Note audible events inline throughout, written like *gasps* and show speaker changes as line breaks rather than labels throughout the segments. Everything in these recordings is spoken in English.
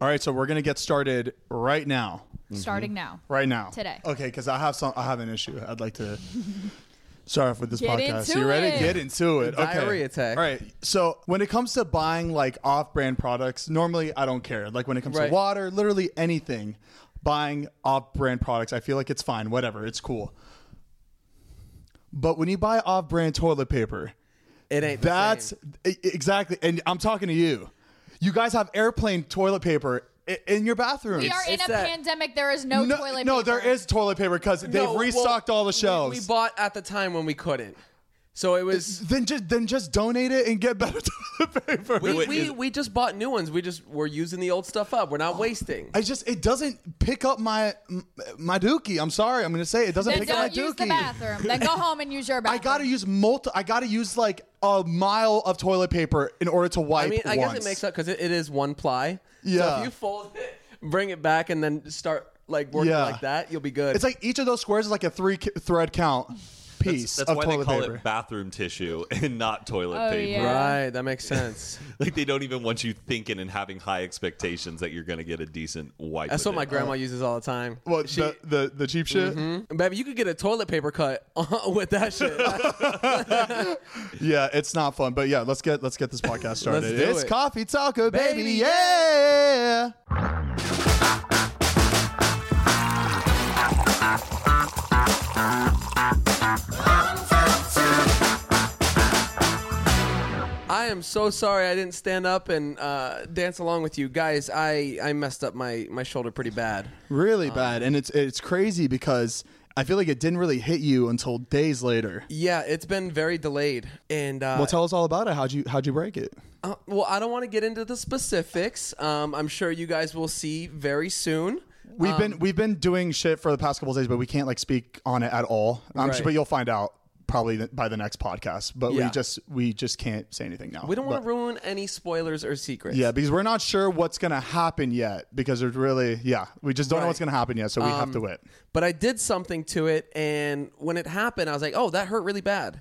All right, so we're gonna get started right now.
starting now.
Right now.
Today.
Okay, because I have some. I have an issue. I'd like
*laughs*
to start off with this
Get
podcast.
into
you ready?
it.
Get into it. Okay.
Diarrhea tech.
All right. So when it comes to buying like off-brand products, normally I don't care. Like when it comes
Right.
to water, literally anything, buying off-brand products, I feel like it's fine. Whatever. It's cool. But when you buy off-brand toilet paper,
It ain't. the
That's
same.
e- exactly, and I'm talking to you. You guys have airplane toilet paper i- in your bathroom.
We are in
it's
a
that-
pandemic. There is no,
no,
toilet
no,
paper.
there is toilet paper because
No,
they've
well,
restocked all the
we-
shelves.
We, bought at the time when we couldn't, so it was.
then just then just donate it and get better *laughs* toilet paper.
We, we, we just bought new ones. We just we're using the old stuff up. We're not wasting.
I just it doesn't pick up my m- my dookie. I'm sorry, I'm gonna say it, doesn't
Then
pick up my
don't
dookie.
use the bathroom. Then go home and use your
*laughs* I
bathroom.
gotta use multi. I gotta use like a mile of toilet paper in order to wipe.
I mean, I guess
once.
it makes up because it, it is one ply. So
Yeah.
if you fold it, bring it back, and then start like working
Yeah.
like that, you'll be good.
It's like each of those squares is like a three ki- thread count piece
That's, that's
of
why
toilet
they call
paper.
it bathroom tissue *laughs* and not toilet
Oh,
paper.
yeah.
right. That
*laughs*
makes sense.
Like they don't even want you thinking and having high expectations that you're going to get a decent wipe.
That's
with
what my
it.
grandma uses all the time.
uh, Well,
she, Mm-hmm.
the, the the cheap shit.
baby, you could get a toilet paper cut *laughs* with that shit.
Yeah, it's not fun, but yeah, let's get let's get this podcast started.
do
it's
it.
coffee taco, baby.
Baby,
yeah.
I am so sorry I didn't stand up and uh, dance along with you guys. I, I messed up my, my shoulder pretty bad.
Really bad, and it's it's crazy because I feel like it didn't really hit you until days later.
Yeah, it's been very delayed, and uh,
Well, tell us all about it. How'd you how'd you break it?
uh, well, I don't want to get into the specifics. Um, I'm sure you guys will see very soon.
We've
Um,
been we've been doing shit for the past couple of days, but we can't like speak on it at all. I'm sure,
Right.
but you'll find out probably th- by the next podcast. But
Yeah.
we just we just can't say anything now.
We don't want
But-
to ruin any spoilers or secrets.
Yeah, because we're not sure what's gonna happen yet. Because there's really, yeah, we just don't know what's
Right.
gonna happen yet, so we have to wait.
But I did something to it, and when it happened, I was like, "Oh, that hurt really bad,"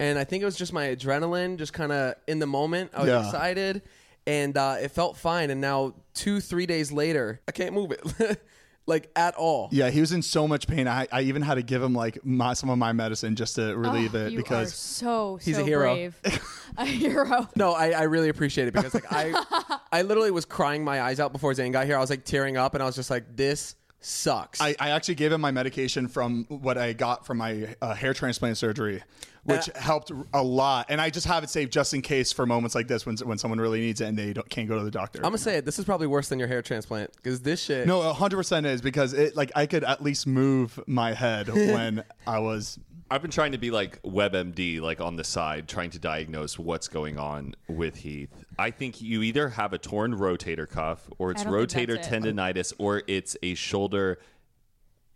and I think it was just my adrenaline, just kind of in the moment. I was
Yeah.
excited, and uh, it felt fine. And now, two, three days later, I can't move it, *laughs* like at all.
Yeah, he was in so much pain. I, I even had to give him like my, some of my medicine just to relieve it
Oh, you are
because
so
He's
so
a hero.
brave. *laughs* a hero.
No, I, I really appreciate it because like I,
*laughs*
I literally was crying my eyes out before Zane got here. I was like tearing up, and I was just like, "This sucks."
I, I actually gave him my medication from what I got from my uh, hair transplant surgery, which helped a lot. And I just have it saved just in case for moments like this when when someone really needs it and they don't, can't go to the doctor.
I'm gonna say it. This is probably worse than your hair transplant because this shit.
no, hundred percent is because it like I could at least move my head when I was
I've been trying to be like WebMD, like on the side, trying to diagnose what's going on with Heath. I think you either have a torn rotator cuff, or it's
I don't think
rotator
that's it.
tendonitis, or it's a shoulder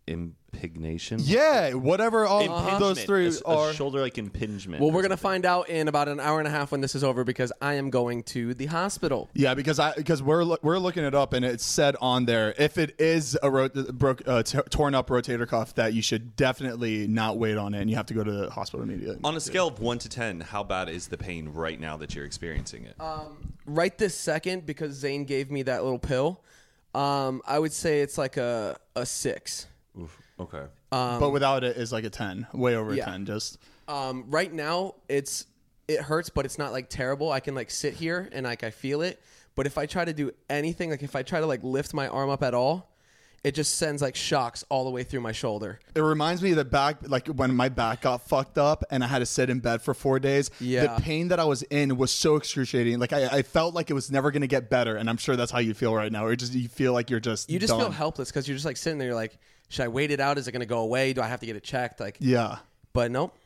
impignation.
yeah whatever
Uh-huh.
all
Impingement.
those three
A s- a
are
shoulder like impingement.
Well, we're gonna find out in about an hour and a half when this is over because I am going to the hospital.
Yeah, because I because we're loo- we're looking it up and it said on there if it is a ro- broke uh, t- torn up rotator cuff that you should definitely not wait on it and you have to go to the hospital immediately.
on a scale of one to ten. How bad is the pain right now that you're experiencing it?
Uh,
Right this second, because Zane gave me that little pill, um, I would say it's like a a six.
okay.
but without it is like a ten, way over
Yeah.
a ten. Just
Um, right now, it's it hurts, but it's not like terrible. I can like sit here and like I feel it. But if I try to do anything, like if I try to like lift my arm up at all, it just sends like shocks all the way through my shoulder.
it reminds me of the back like when my back got fucked up and I had to sit in bed for four days.
Yeah.
the pain that I was in was so excruciating. Like I, I felt like it was never gonna get better, and I'm sure that's how you feel right now. Or just you feel like you're just
You just feel
done.
helpless because you're just like sitting there. You're like, should I wait it out? Is it gonna go away? Do I have to get it checked? Like,
yeah.
but nope,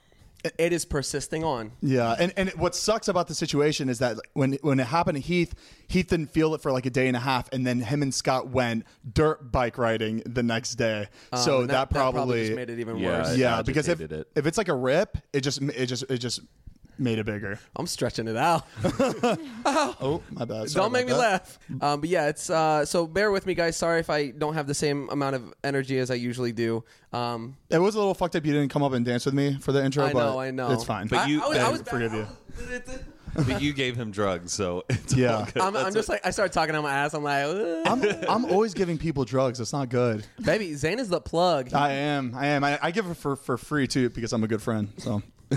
it is persisting on.
Yeah, and and what sucks about the situation is that when when it happened to Heath, Heath didn't feel it for like a day and a half, and then him and Scott went dirt bike riding the next day. so
Um, And
that, probably,
just made it even
Yeah.
worse.
yeah, because if
agitated it.
if it's like a rip, it just it just it just made it bigger.
I'm stretching it out. *laughs*
Oh *laughs* my bad. Sorry
don't make
about
me
that.
laugh. Um, but yeah, it's uh, so bear with me, guys. Sorry if I don't have the same amount of energy as I usually do. Um,
It was a little fucked up. You didn't come up and dance with me for the intro.
I
but
know, I know.
It's fine.
I,
you-
I was, I
I
was
forgive you.
I was-
But you gave him drugs, so *laughs* it's
Yeah.
all good.
I'm, I'm
That's
just
it.
like I started talking on my ass. I'm like, "Ugh."
I'm, I'm always giving people drugs. It's not good.
Uh, baby, Zayn is the plug.
I am. I am. I, I give it for, for free too because I'm a good friend. So *laughs*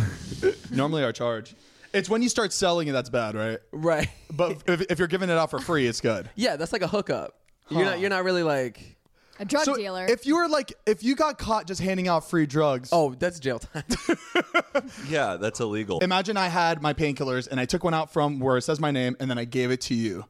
normally I charge. It's when you start selling it that's bad, right?
*laughs* Right?
But if, if you're giving it out for free, it's good.
Yeah, that's like a hookup. You're not. You're not really like.
A drug
So
dealer.
if you were like, if you got caught just handing out free drugs,
Oh, that's jail time. *laughs*
yeah, that's illegal.
imagine I had my painkillers and I took one out from where it says my name and then I gave it to you.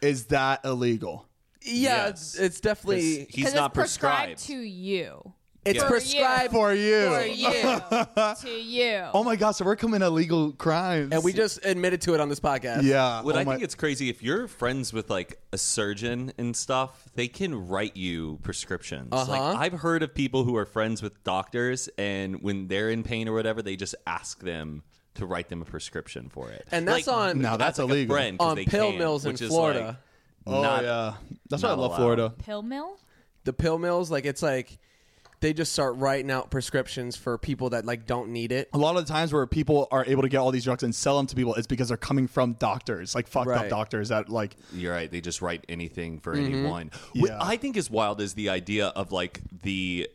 Is that illegal?
yeah,
Yes.
it's, it's definitely.
'Cause
'Cause
he's not
it's prescribed,
prescribed.
to you.
It's
Yeah.
prescribed,
For you.
For you. to you.
Oh my gosh, so we're committing illegal crimes.
and we just admitted to it on this podcast.
yeah.
What
oh
I
my-
think it's crazy if you're friends with like a surgeon and stuff, they can write you prescriptions. Like
Uh-huh.
I've heard of people who are friends with doctors, and when they're in pain or whatever, they just ask them to write them a prescription for it.
And that's on- No,
that's
like, a
illegal.
friend 'cause
On
they
pill
can,
mills in
which is,
Florida.
Like,
oh
not-
yeah, that's why I
not
love
allowed.
Florida.
Pill mill?
The pill mills, like it's like they just start writing out prescriptions for people that like don't need it.
A lot of the times where people are able to get all these drugs and sell them to people is because they're coming from doctors, like fucked up
Right.
doctors that like
You're right. They just write anything for
Mm-hmm.
anyone. What
Yeah.
I think is wild is the idea of like the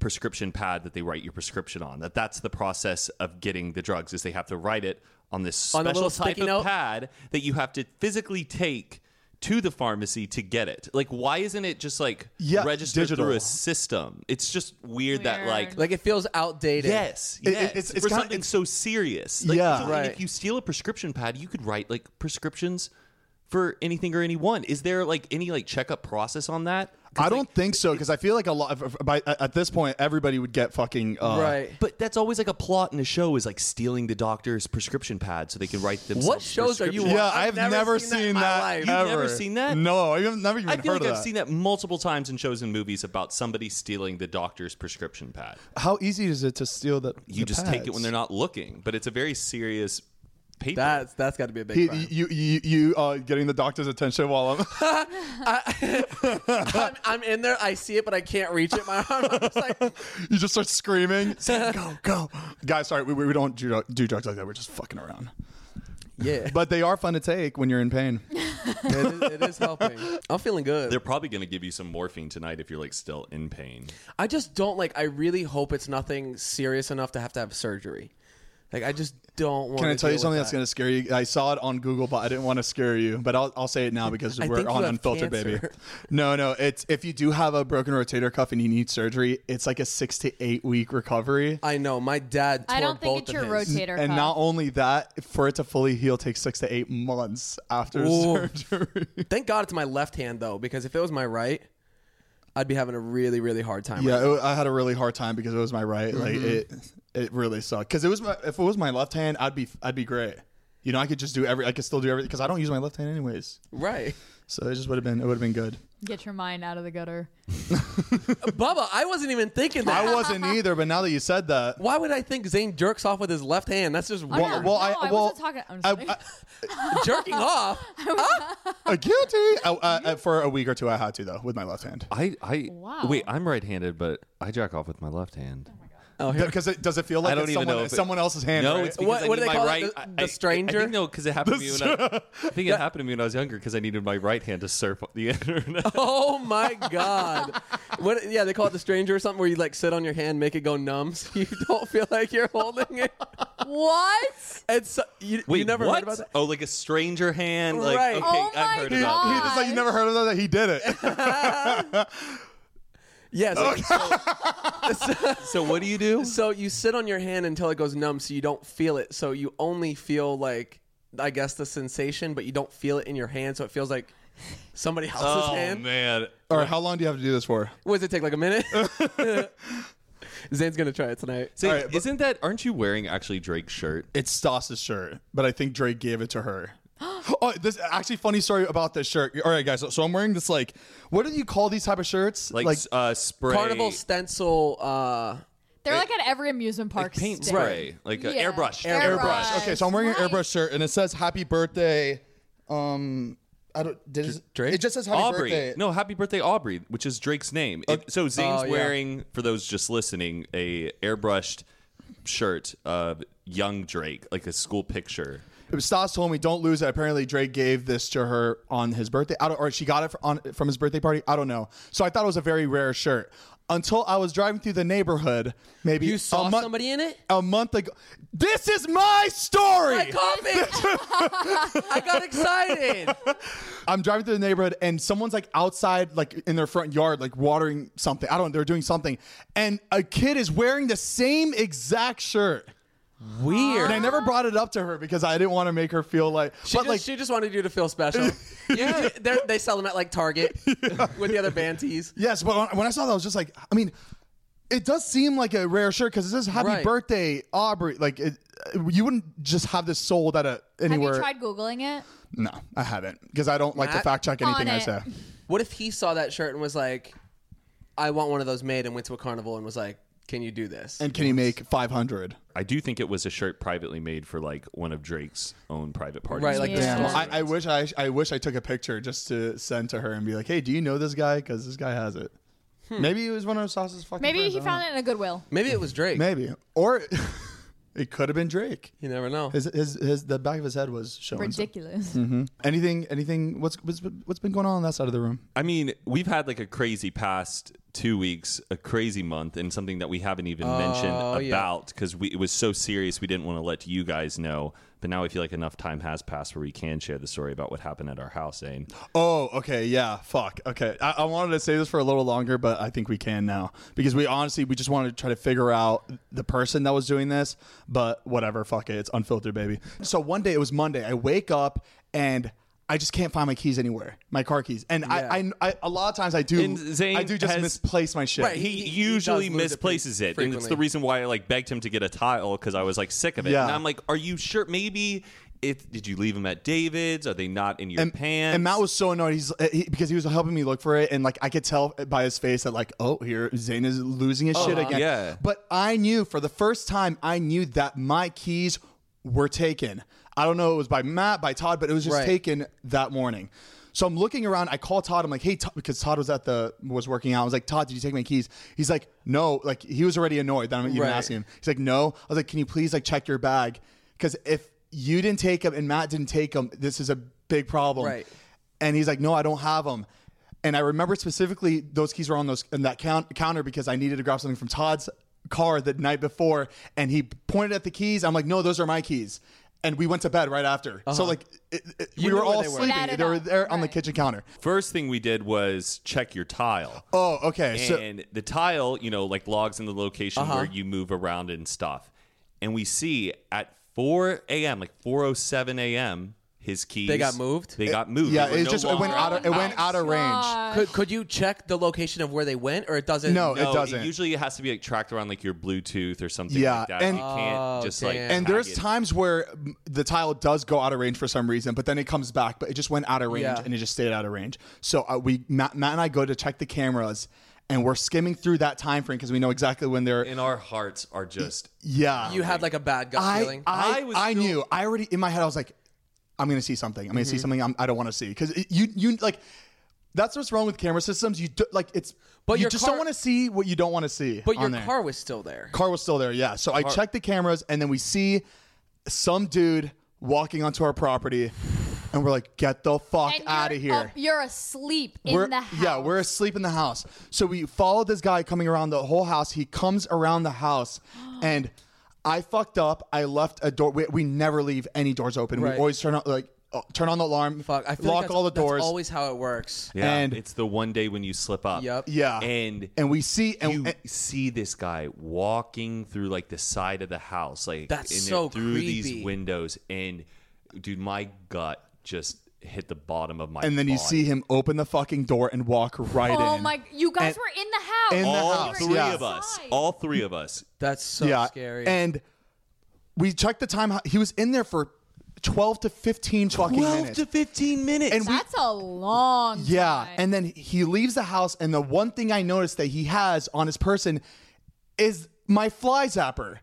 prescription pad that they write your prescription on. That that's the process of getting the drugs is they have to write it on this
On a
special
little
type
sticky
of
note?
pad that you have to physically take to the pharmacy to get it. Like why isn't it just like
Yeah,
registered
digital.
through a system? It's just weird, that
Weird.
like
Like it feels outdated.
Yes,
It- it-
yes.
it's-
it's,
it's
for
kinda-
something
it's-
so serious. Like,
Yeah.
something-
Right.
If you steal a prescription pad, you could write like prescriptions for anything or anyone. Is there like any like checkup process on that? 'Cause,
I don't
like,
think so because I feel like a lot. Of, of- by, at this point, everybody would get fucking uh,
Right.
but that's always like a plot in a show is like stealing the doctor's prescription pad so they can write themselves.
What shows are you
prescriptions.
on?
Yeah,
I've
I've, never,
never
seen,
seen that in my
that.
life.
You've
You've
ever.
never seen that?
No, I've never even
I feel
heard
like
of
I've
that.
seen that multiple times in shows and movies about somebody stealing the doctor's prescription
*laughs*
pad.
How easy is it to steal that?
You just take it when they're not looking, but it's a very serious paper.
That's that's got to be a big.
He,
crime.
you you you uh, getting the doctor's attention while I'm *laughs*
I'm, I'm in there. I see it, but I can't reach it. My *laughs* arm. I'm just like,
you just start
*laughs*
screaming saying, go go guys sorry we, we we don't do, do drugs like that we're just fucking around
yeah.
but they are fun to take when you're in pain
it, is, it is helping. I'm feeling good.
They're probably going to give you some morphine tonight if you're like still in pain.
I just don't like. I really hope it's nothing serious enough to have to have surgery. Like I just don't want.
can I tell you something that's going to scare you I saw it on Google but I didn't want to scare you but I'll, I'll say it now because
*laughs* I
we're
think you
on
have
unfiltered baby
cancer.
*laughs* no no it's if you do have a broken rotator cuff and you need surgery it's like a six to eight week recovery
I know my dad. Tore
I don't think
both
it's
of
your
his.
rotator
and
cuff.
not only that for it to fully heal takes six to eight months after
Ooh. *laughs*
surgery
Thank God it's my left hand though, because if it was my right, I'd be having a really really hard time.
Yeah, it, wa- I had a really hard time because it was my right. Like it,
Mm-hmm.
it really sucked. Because it was my, if it was my left hand, I'd be I'd be great. You know, I could just do every. I could still do everything because I don't use my left hand anyways.
Right,
So it just would have been it would have been good.
Get your mind out of the gutter.
Bubba. I wasn't even thinking that.
I wasn't either, but now that you said that,
Why would I think Zayn jerks off with his left hand? That's just
Oh, no.
weird.
well, I-
no, I
well,
wasn't talking. I'm just
I,
kidding.
I,
jerking off.
uh, guilty I, I, I- for a week or two. I had to though with my left hand
I, I
Wow.
wait. I'm right-handed, but I jack off with my left hand.
because it does it feel like
I don't
it's
even
someone,
know. If
it's
it-
someone else's hand.
No,
right? *laughs*
it's because
What-
I
what do
need
they
my
call it?
right.
The-
I-
the
I- I,
stranger?
think no, because it happened to me. When I, *laughs* I think it happened to me when I was younger because I needed my right hand to surf the *laughs* internet.
Oh my god! What? Yeah, they call it the stranger or something, where you like sit on your hand, make it go numb, so *laughs* you don't feel like you're holding it.
*laughs* what?
It's you,
Wait,
you never
what?
heard about that?
Oh, like a stranger hand. Like
Right.
okay,
Oh my
I've heard
he,
about
he
this.
just like you never heard of that. He did it.
Yes.
So what do you
*laughs*
do?
so you sit on your hand until it goes numb, so you don't feel it. So you only feel like, I guess, the sensation, but you don't feel it in your hand, so it feels like somebody else's
Oh
hand.
man,
All right, how long do you have to do this for?
What does it take? Like a
*laughs*
minute. *laughs* Zane's gonna try it tonight.
Zane,
All right, but-
isn't that? Aren't you wearing actually Drake's shirt?
It's Stas's shirt, but I think Drake gave it to her. oh, this actually funny story about this shirt. All right, guys. So, so I'm wearing this like, what do you call these type of shirts?
Like, uh, spray,
Carnival stencil. Uh,
They're like at every amusement park.
paint
stand.
spray, like a
Yeah.
airbrush.
Airbrush.
airbrush. Okay, so I'm wearing an airbrush shirt, and it says "Happy Birthday." Um, I don't. Did it,
Drake?
It just says "Happy
Aubrey.
Birthday."
No, happy birthday, Aubrey, which is Drake's name. It- so Zane's
oh, yeah.
wearing, for those just listening, a airbrushed shirt of young Drake, like a school picture.
Stas told me don't lose it. Apparently Drake gave this to her on his birthday. I don't, or she got it fr- on, from his birthday party. I don't know. So I thought it was a very rare shirt until I was driving through the neighborhood. Maybe
You saw
a month,
somebody in it?
a month ago. This is my story.
*laughs* I caught it. I got excited.
I'm driving through the neighborhood and someone's like outside, like in their front yard, like watering something. I don't. They're doing something, and a kid is wearing the same exact shirt.
Weird.
And I never brought it up to her because I didn't want to make her feel like.
She
but
just,
like,
she just wanted you to
*laughs*
feel special. yeah, they're- they sell them at like Target with the other band tees.
yes, but when- when I saw that, I was just like, I mean, it does seem like a rare shirt because it says "Happy
Right.
Birthday, Aubrey." Like, it, uh, you wouldn't just have this sold at a
Have
anywhere.
you tried googling it?
no, I haven't because I don't like to
Matt?
fact check anything
On
I
it.
say.
What if he saw that shirt and was like, "I want one of those made," and went to a carnival and was like, "Can you do this?"
And can you make five hundred?
I do think it was a shirt privately made for like one of Drake's own private parties.
Right, like the
Yeah.
Damn,
small-
I, I wish I, I wish I took a picture just to send to her and be like, "Hey, do you know this guy? Because this guy has it."
Hmm.
Maybe it was one of Sauce's fucking.
Maybe
friends, I
he
don't
found it in a Goodwill.
Maybe it was Drake.
know. Maybe, or *laughs* it could have been Drake.
You never know.
His, his his the back of his head was showing. some-
Ridiculous.
Anything anything? What's what's what's been going on on that side of the room?
I mean, we've had like a crazy past two weeks, a crazy month, and something that we haven't even
Oh,
mentioned
yeah.
about because we it was so serious we didn't want to let you guys know. But now I feel like enough time has passed where we can share the story about what happened at our house, Zane.
Oh, okay, yeah, fuck, okay. I, I wanted to say this for a little longer, but I think we can now because we honestly we just wanted to try to figure out the person that was doing this. But whatever, fuck it, it's unfiltered, baby. So one day it was Monday. I wake up and I just can't find my keys anywhere, my car keys, and I
Yeah.
I, I a lot of times I do
And Zane
I do just
has-
misplace my shit.
Right,
He,
He- he
usually
does lose it pretty
misplaces it, and it's
frequently.
the reason why I like begged him to get a tile because I was like sick of it.
Yeah.
And I'm like, "Are you sure? Maybe it did you leave them at David's? Are they not in your
and,
pants?"
and Matt was so annoyed. He's uh, he, because he was helping me look for it, and like I could tell by his face that like, oh, here Zane is losing his shit again.
yeah.
But I knew for the first time, I knew that my keys were taken. I don't know, it was by Matt, by Todd, but it was just
Right.
taken that morning. So I'm looking around. I call Todd. I'm like, hey, Todd, because Todd was at the was working out. I was like, Todd, did you take my keys? He's like, no. Like he was already annoyed that I'm even
Right.
asking him. He's like, no. I was like, can you please like check your bag? Because if you didn't take them and Matt didn't take them, this is a big problem them.
Right.
And he's like, no, I don't have them. And I remember specifically those keys were on those in that count, counter because I needed to grab something from Todd's car the night before, and he pointed at the keys. I'm like, no, those are my keys. And we went to bed right after. So like, it, it, we
Uh-huh.
were
knew where
all
they were.
sleeping.
Added
They were
up.
there on the
Right.
kitchen counter.
First thing we did was check your tile.
Oh, okay. so Uh-huh.
and the tile, you know, like logs in the location where you move around and stuff. And we see at 4 a.m., like 4:07 a.m., his keys
They got moved?
They got moved.
yeah,
They were
it
no
just it went
longer
out. Of, it
in the
went
house.
out of range.
Oh Gosh.
Could could you check the location of where they went, or it doesn't?
No,
No,
Oh, it doesn't.
usually it has to be like tracked around like your Bluetooth or something
Yeah,
like that.
and-
you can't just like
Oh, damn.
And
tag
there's
it.
times where mm, the tile does go out of range for some reason, but then it comes back, but it just went out of range
Yeah.
and it just stayed out of range. So uh, we Matt, Matt and I go to check the cameras, and we're skimming through that time frame because we know exactly when they're.
and our hearts are just
yeah,
you had like a bad gut
I
feeling.
I,
I was
I
still-
knew I already in my head I was like, I'm gonna see something. I'm gonna
Mm-hmm.
see something I'm, I don't want to see because you you like. That's what's wrong with camera systems. You do, like it's,
But
you
your
just
car-
don't want to see what you don't want to see.
but your
on there.
car was still there.
Car was still there, yeah. So I checked the cameras, and then we see some dude walking onto our property, and we're like, "Get the fuck
And
out of
you're
here!"
up- you're asleep
we're,
in the house.
Yeah, we're asleep in the house. So we follow this guy coming around the whole house. He comes around the
*gasps*
house, and I fucked up. I left a door. We, we never leave any doors open. We
Right.
always turn on like uh, turn on the alarm,
Fuck, I feel like
lock
that's-
all the
that's
doors.
always how it works.
yeah,
And-
it's the one day when you slip up.
Yep.
yeah,
And
and we see and,
you
and-
see this guy walking through like the side of the house, like
That's
and
so
through these
creepy.
windows, and dude, my gut just hit the bottom of my.
and then you
body.
see him open the fucking door and walk right in.
Oh my! You
And-
guys were in the house.
in the
all
house,
three
yeah.
of us,
Outside.
all three of us.
That's so scary.
And we checked the time. He was in there for 12 to 15 fucking minutes.
fifteen minutes.
and we,
That's a long.
yeah.
time.
And then he leaves the house. And the one thing I noticed that he has on his person is my fly zapper.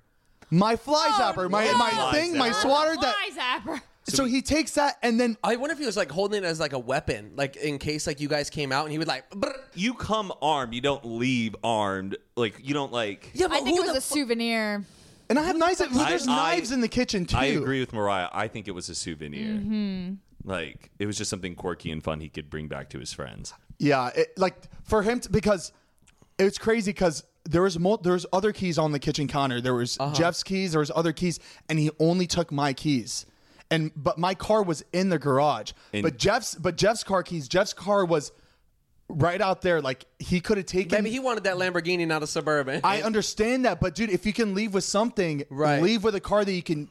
My fly zapper, my,
Oh, no.
my
Fly
thing, my
zapper.
swatter that.
Fly zapper.
So he takes that and then
I wonder if he was like holding it as like a weapon, like in case like you guys came out and he would like. brr.
you come armed, you don't leave armed. Like you don't like.
Yeah,
I
but
think
who
it was
the
a souvenir.
And I have knives. There's
I-
knives in the kitchen too.
I agree with Mariah. I think it was a souvenir.
Mm-hmm.
Like it was just something quirky and fun he could bring back to his friends.
Yeah, it, like for him to, because it's crazy because there was mul- there was other keys on the kitchen counter. There was
Uh-huh.
Jeff's keys. There was other keys, and he only took my keys. And but my car was in the garage.
In-
but Jeff's but Jeff's car keys. Jeff's car was right out there. Like he could have taken.
Maybe he wanted that Lamborghini, not a Suburban.
I understand that, but dude, if you can leave with something,
Right.
leave with a car that you can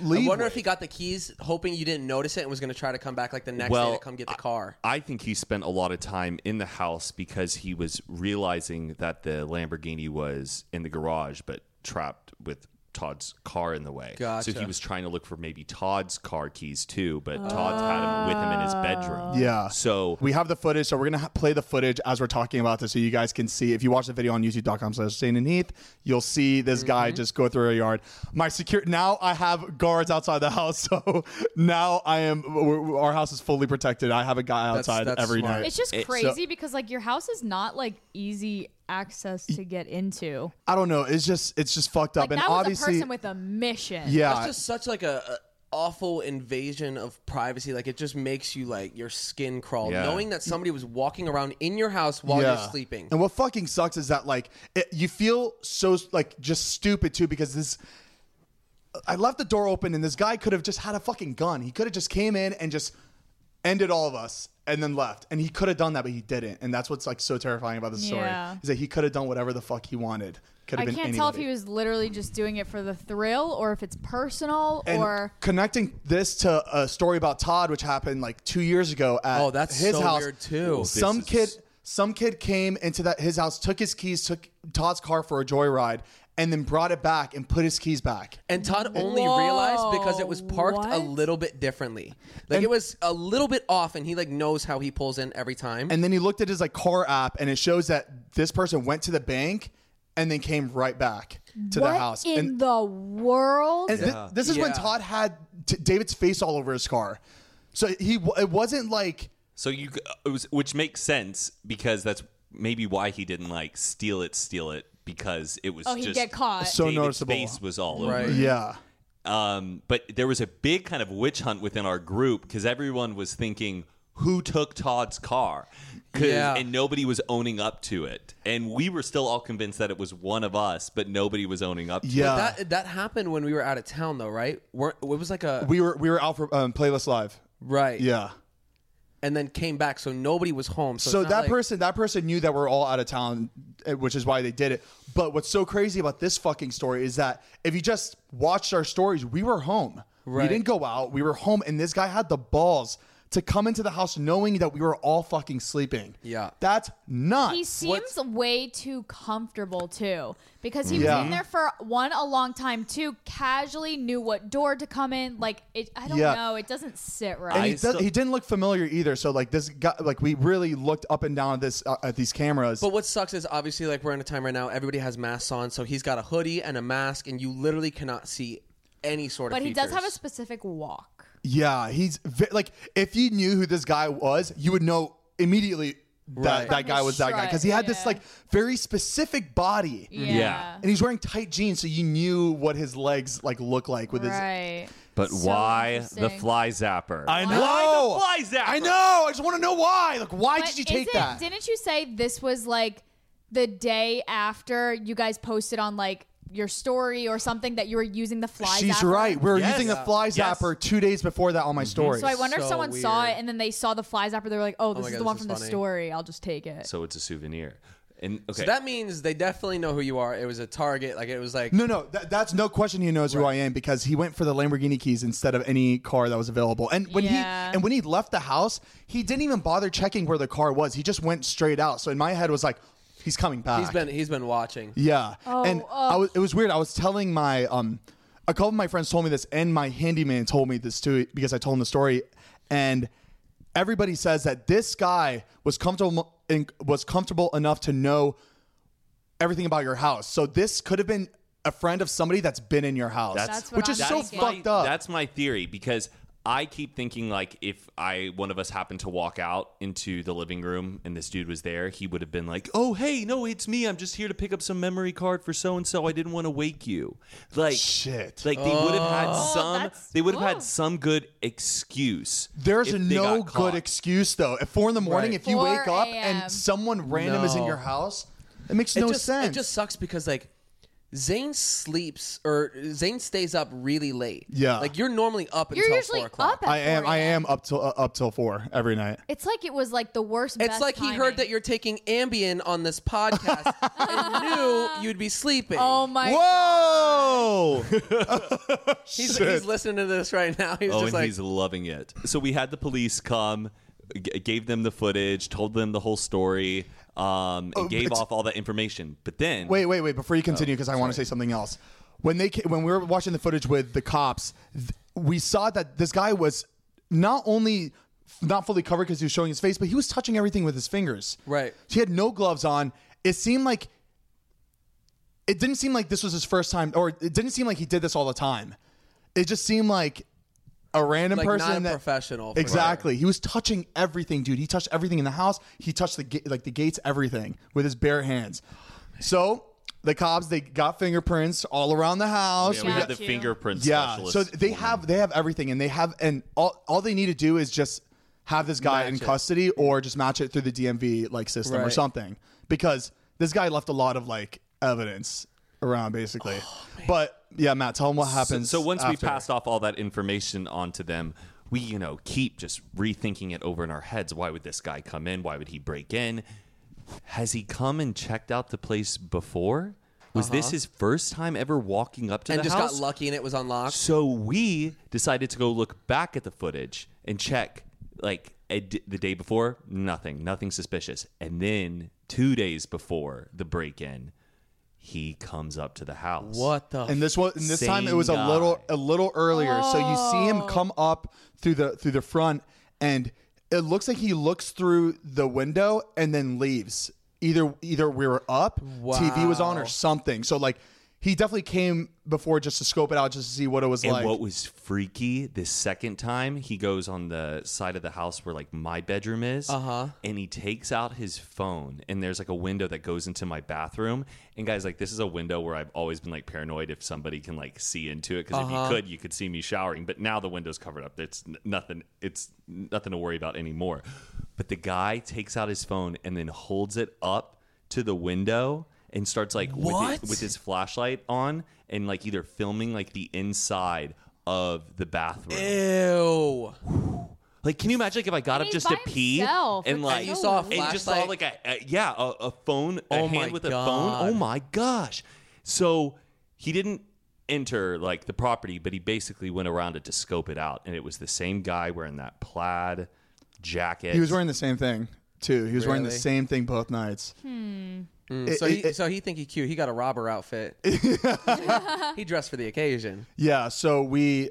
leave.
I wonder
with.
if he got the keys, hoping you didn't notice it, and was going to try to come back like the next day
Well,
to come get the car.
I think he spent a lot of time in the house because he was realizing that the Lamborghini was in the garage, but trapped with Todd's car in the way.
Gotcha.
So he was trying to look for maybe Todd's car keys too, but Todd's had him with him in his bedroom.
Yeah.
So
We have the footage, so we're gonna ha- play the footage as we're talking about this, so you guys can see. If you watch the video on YouTube.com/slash Shane and Heath, you'll see this guy
Mm-hmm.
just go through a yard. My secure now, I have guards outside the house, *laughs* so now I am. we're- Our house is fully protected. I have a guy outside
that's
every
smart.
night.
It's just
It-
crazy because like your house is not like easy access to get into.
I don't know. It's just it's just fucked up,
Like
and
that was a
obviously,
person with a mission.
yeah,
That's just such like a, a awful invasion of privacy. Like it just makes you like your skin crawl,
Yeah.
knowing that somebody was walking around in your house while you're sleeping.
And what fucking sucks is that like it, you feel so like just stupid too because this. I left the door open and this guy could have just had a fucking gun. He could have just came in and just ended all of us and then left. And he could have done that, but he didn't. And that's what's like so terrifying about the story
Yeah.
is that he could have done whatever the fuck he wanted. Could
I
have
can't
been
tell if he
anybody.
was literally just doing it for the thrill or if it's personal
And
or
connecting this to a story about Todd, which happened like two years ago at
Oh, that's
his
so
house.
weird, too. This
Some
is-
kid, some kid came into that his house, took his keys, took Todd's car for a joyride, and then brought it back and put his keys back.
And Todd only
Whoa,
realized because it was parked a
what?
little bit differently. Like it was a little bit off, and he like knows how he pulls in every time.
And then he looked at his like car app, and it shows that this person went to the bank and then came right back to
what
the house.
in
and
the world.
and thi- this is when
Yeah.
Todd had t- David's face all over his car, so he w- it wasn't like.
so you it was, which makes sense because that's maybe why he didn't like steal it, steal it because it was
Oh, he'd
just
get caught.
So
David's
noticeable.
Face was all over.
Right.
it.
Yeah.
Um, but there was a big kind of witch hunt within our group because everyone was thinking who took Todd's car, 'Cause-
Yeah.
and nobody was owning up to it, and we were still all convinced that it was one of us, but nobody was owning up. to it.
Yeah.
that that happened when we were out of town, though, right? Weren't, it was like a
we were we were out for um, playlist live.
right,
Yeah.
and then came back, so nobody was home. So,
So
it's not
that
like-
person that person knew that we're all out of town, eh, which is why they did it. But what's so crazy about this fucking story is that if you just watched our stories, we were home. We
Right.
didn't go out. We were home, and this guy had the balls to come into the house knowing that we were all fucking sleeping.
Yeah.
that's nuts.
He seems way too comfortable too, because he
Yeah.
was in there for one a long time. Two, casually knew what door to come in. Like it, I don't
Yeah.
know. It doesn't sit right.
and he,
I
does,
still-
he didn't look familiar either. So like this guy, like we really looked up and down at this uh, at these cameras.
But what sucks is obviously like we're in a time right now. Everybody has masks on, so he's got a hoodie and a mask, and you literally cannot see any sort of.
but he does have a
features.
specific walk.
Yeah, he's ve- like if you knew who this guy was, you would know immediately that
Right.
that
From
guy
his
was that guy because he
strut,
had this
yeah.
like very specific body.
Yeah.
And he's wearing tight jeans, so you knew what his legs like look like with his.
Right.
But
So
why the
interesting.
fly zapper?
Why
Why the fly zapper?
I know. I just want to know why. Like, why
But
did you
is
take
it-
that?
Didn't you say this was like the day after you guys posted on like your story or something that you were using the fly?
She's
zapper?
right. We were
Yes.
using the fly
Yes. Mm-hmm.
zapper two days before that on my story.
So I wonder if
So
someone saw it
weird.
and then they saw the fly zapper. They were like, "Oh, this
my
is
God,
the one
this
from
is
the
funny.
story. I'll just take it."
So it's a souvenir, and okay,
So that means they definitely know who you are. It was a target. Like it was like
No, no, that, that's no question. He knows who I am because he went for the Lamborghini keys instead of any car that was available. And when
Yeah.
he and when he left the house, he didn't even bother checking where the car was. He just went straight out. So in my head was like, he's coming back.
he's been he's been watching.
Yeah. and I
ugh.
was, it was weird. I was telling my um a couple of my friends told me this and my handyman told me this too because I told him the story and everybody says that this guy was comfortable in, was comfortable enough to know everything about your house. So this could have been a friend of somebody that's been in your house.
That's
what
which is
I'm
so
thinking.
fucked up.
That's my theory because I keep thinking like if I one of us happened to walk out into the living room and this dude was there, he would have been like, "Oh, hey, no, it's me. I'm just here to pick up some memory card for so and so. I didn't want to wake you." Like
Shit.
Like they would have had some
that's-
they would have
oh.
had some good excuse.
There's
if they
no
got caught.
good excuse though. At four in the morning,
Right.
if you
4
wake up
a.m..
and someone random is in
No.
your house, it makes
It
no
just,
sense.
It just sucks because like Zane sleeps or Zane stays up really late.
Yeah.
like you're normally up
You're
until
usually
four o'clock.
up. At
I am.
4
I
a.m..
am up till uh, up till four every night.
It's like it was like the worst.
It's
best
like he heard
timing.
that you're taking Ambien on this
*laughs*
podcast and knew you'd be sleeping.
Oh my!
Oh, Whoa!
he's, he's listening to this right now. He's
Oh,
just
and
like,
he's loving it. So we had the police come, g- gave them the footage, told them the whole story, um, and gave
it's-
off all that information. But then
Oh, wait, wait, wait!
Oh,
Before you continue, because I want to say something else. When they ca- when we were watching the footage with the cops, th- we saw that this guy was not only f- not fully covered because he was showing his face, but he was touching everything with his fingers.
Right.
He had no gloves on. It seemed like it didn't seem like this was his first time, or it didn't seem like he did this all the time. It just seemed like a random
Like,
person
not a
that-
professional for
Exactly. He was touching everything, dude. He touched everything in the house. He touched the ga- like the gates, everything with his bare hands. So the cops they got fingerprints all around the house.
Yeah,
We
we had
got-
the
you.
fingerprint
yeah.
specialist.
So they have they have everything, and they have and all all they need to do is just have this guy
Match
in
it.
custody or just match it through the DMV like system or
Right.
something because this guy left a lot of like evidence around basically. but yeah, Matt, tell him what happens.
Oh, So once we
after.
passed off all that information onto them, we, you know, keep just rethinking it over in our heads. Why would this guy come in? Why would he break in? Has he come and checked out the place before? Was this his first time ever walking up to
Uh-huh. and
the
just
house?
got lucky and it was unlocked.
So we decided to go look back at the footage and check, like, a d- the day before, nothing, nothing suspicious. And then two days before the break in, he comes up to the house.
What the?
and this was and this time it
Same
was a
guy.
little a little earlier so you see him come up through the through the front and it looks like he looks through the window and then leaves either either we were up tv was on
Wow.
or something so like he definitely came before just to scope it out just to see what it was
And
like
what was freaky the second time he goes on the side of the house where like my bedroom is, uh-huh. and he takes out his phone, and there's like a window that goes into my bathroom. And guys, like this is a window where I've always been like paranoid if somebody can like see into it because
Uh-huh.
if you could, you could see me showering. But now the window's covered up. It's n- nothing. It's nothing to worry about anymore. But the guy takes out his phone and then holds it up to the window and starts like with it-
What?
with his his flashlight on and like either filming like the inside of the bathroom.
Eh. Ew.
Like, can you imagine like if I got
And
up
he's
just to
by
pee
himself.
and
It's
like
And you saw a
and just saw
flashlight.
like a, a yeah a, a phone a
Oh my
hand with a phone. Oh
God.
my gosh! So he didn't enter like the property, but he basically went around it to scope it out, and it was the same guy wearing that plaid jacket.
he was wearing the same thing too he was wearing the
Really?
same thing both nights It-
Hmm. So
it-
he, so he think he cute. He got a
*laughs*
robber outfit. he dressed for the occasion.
Yeah, so we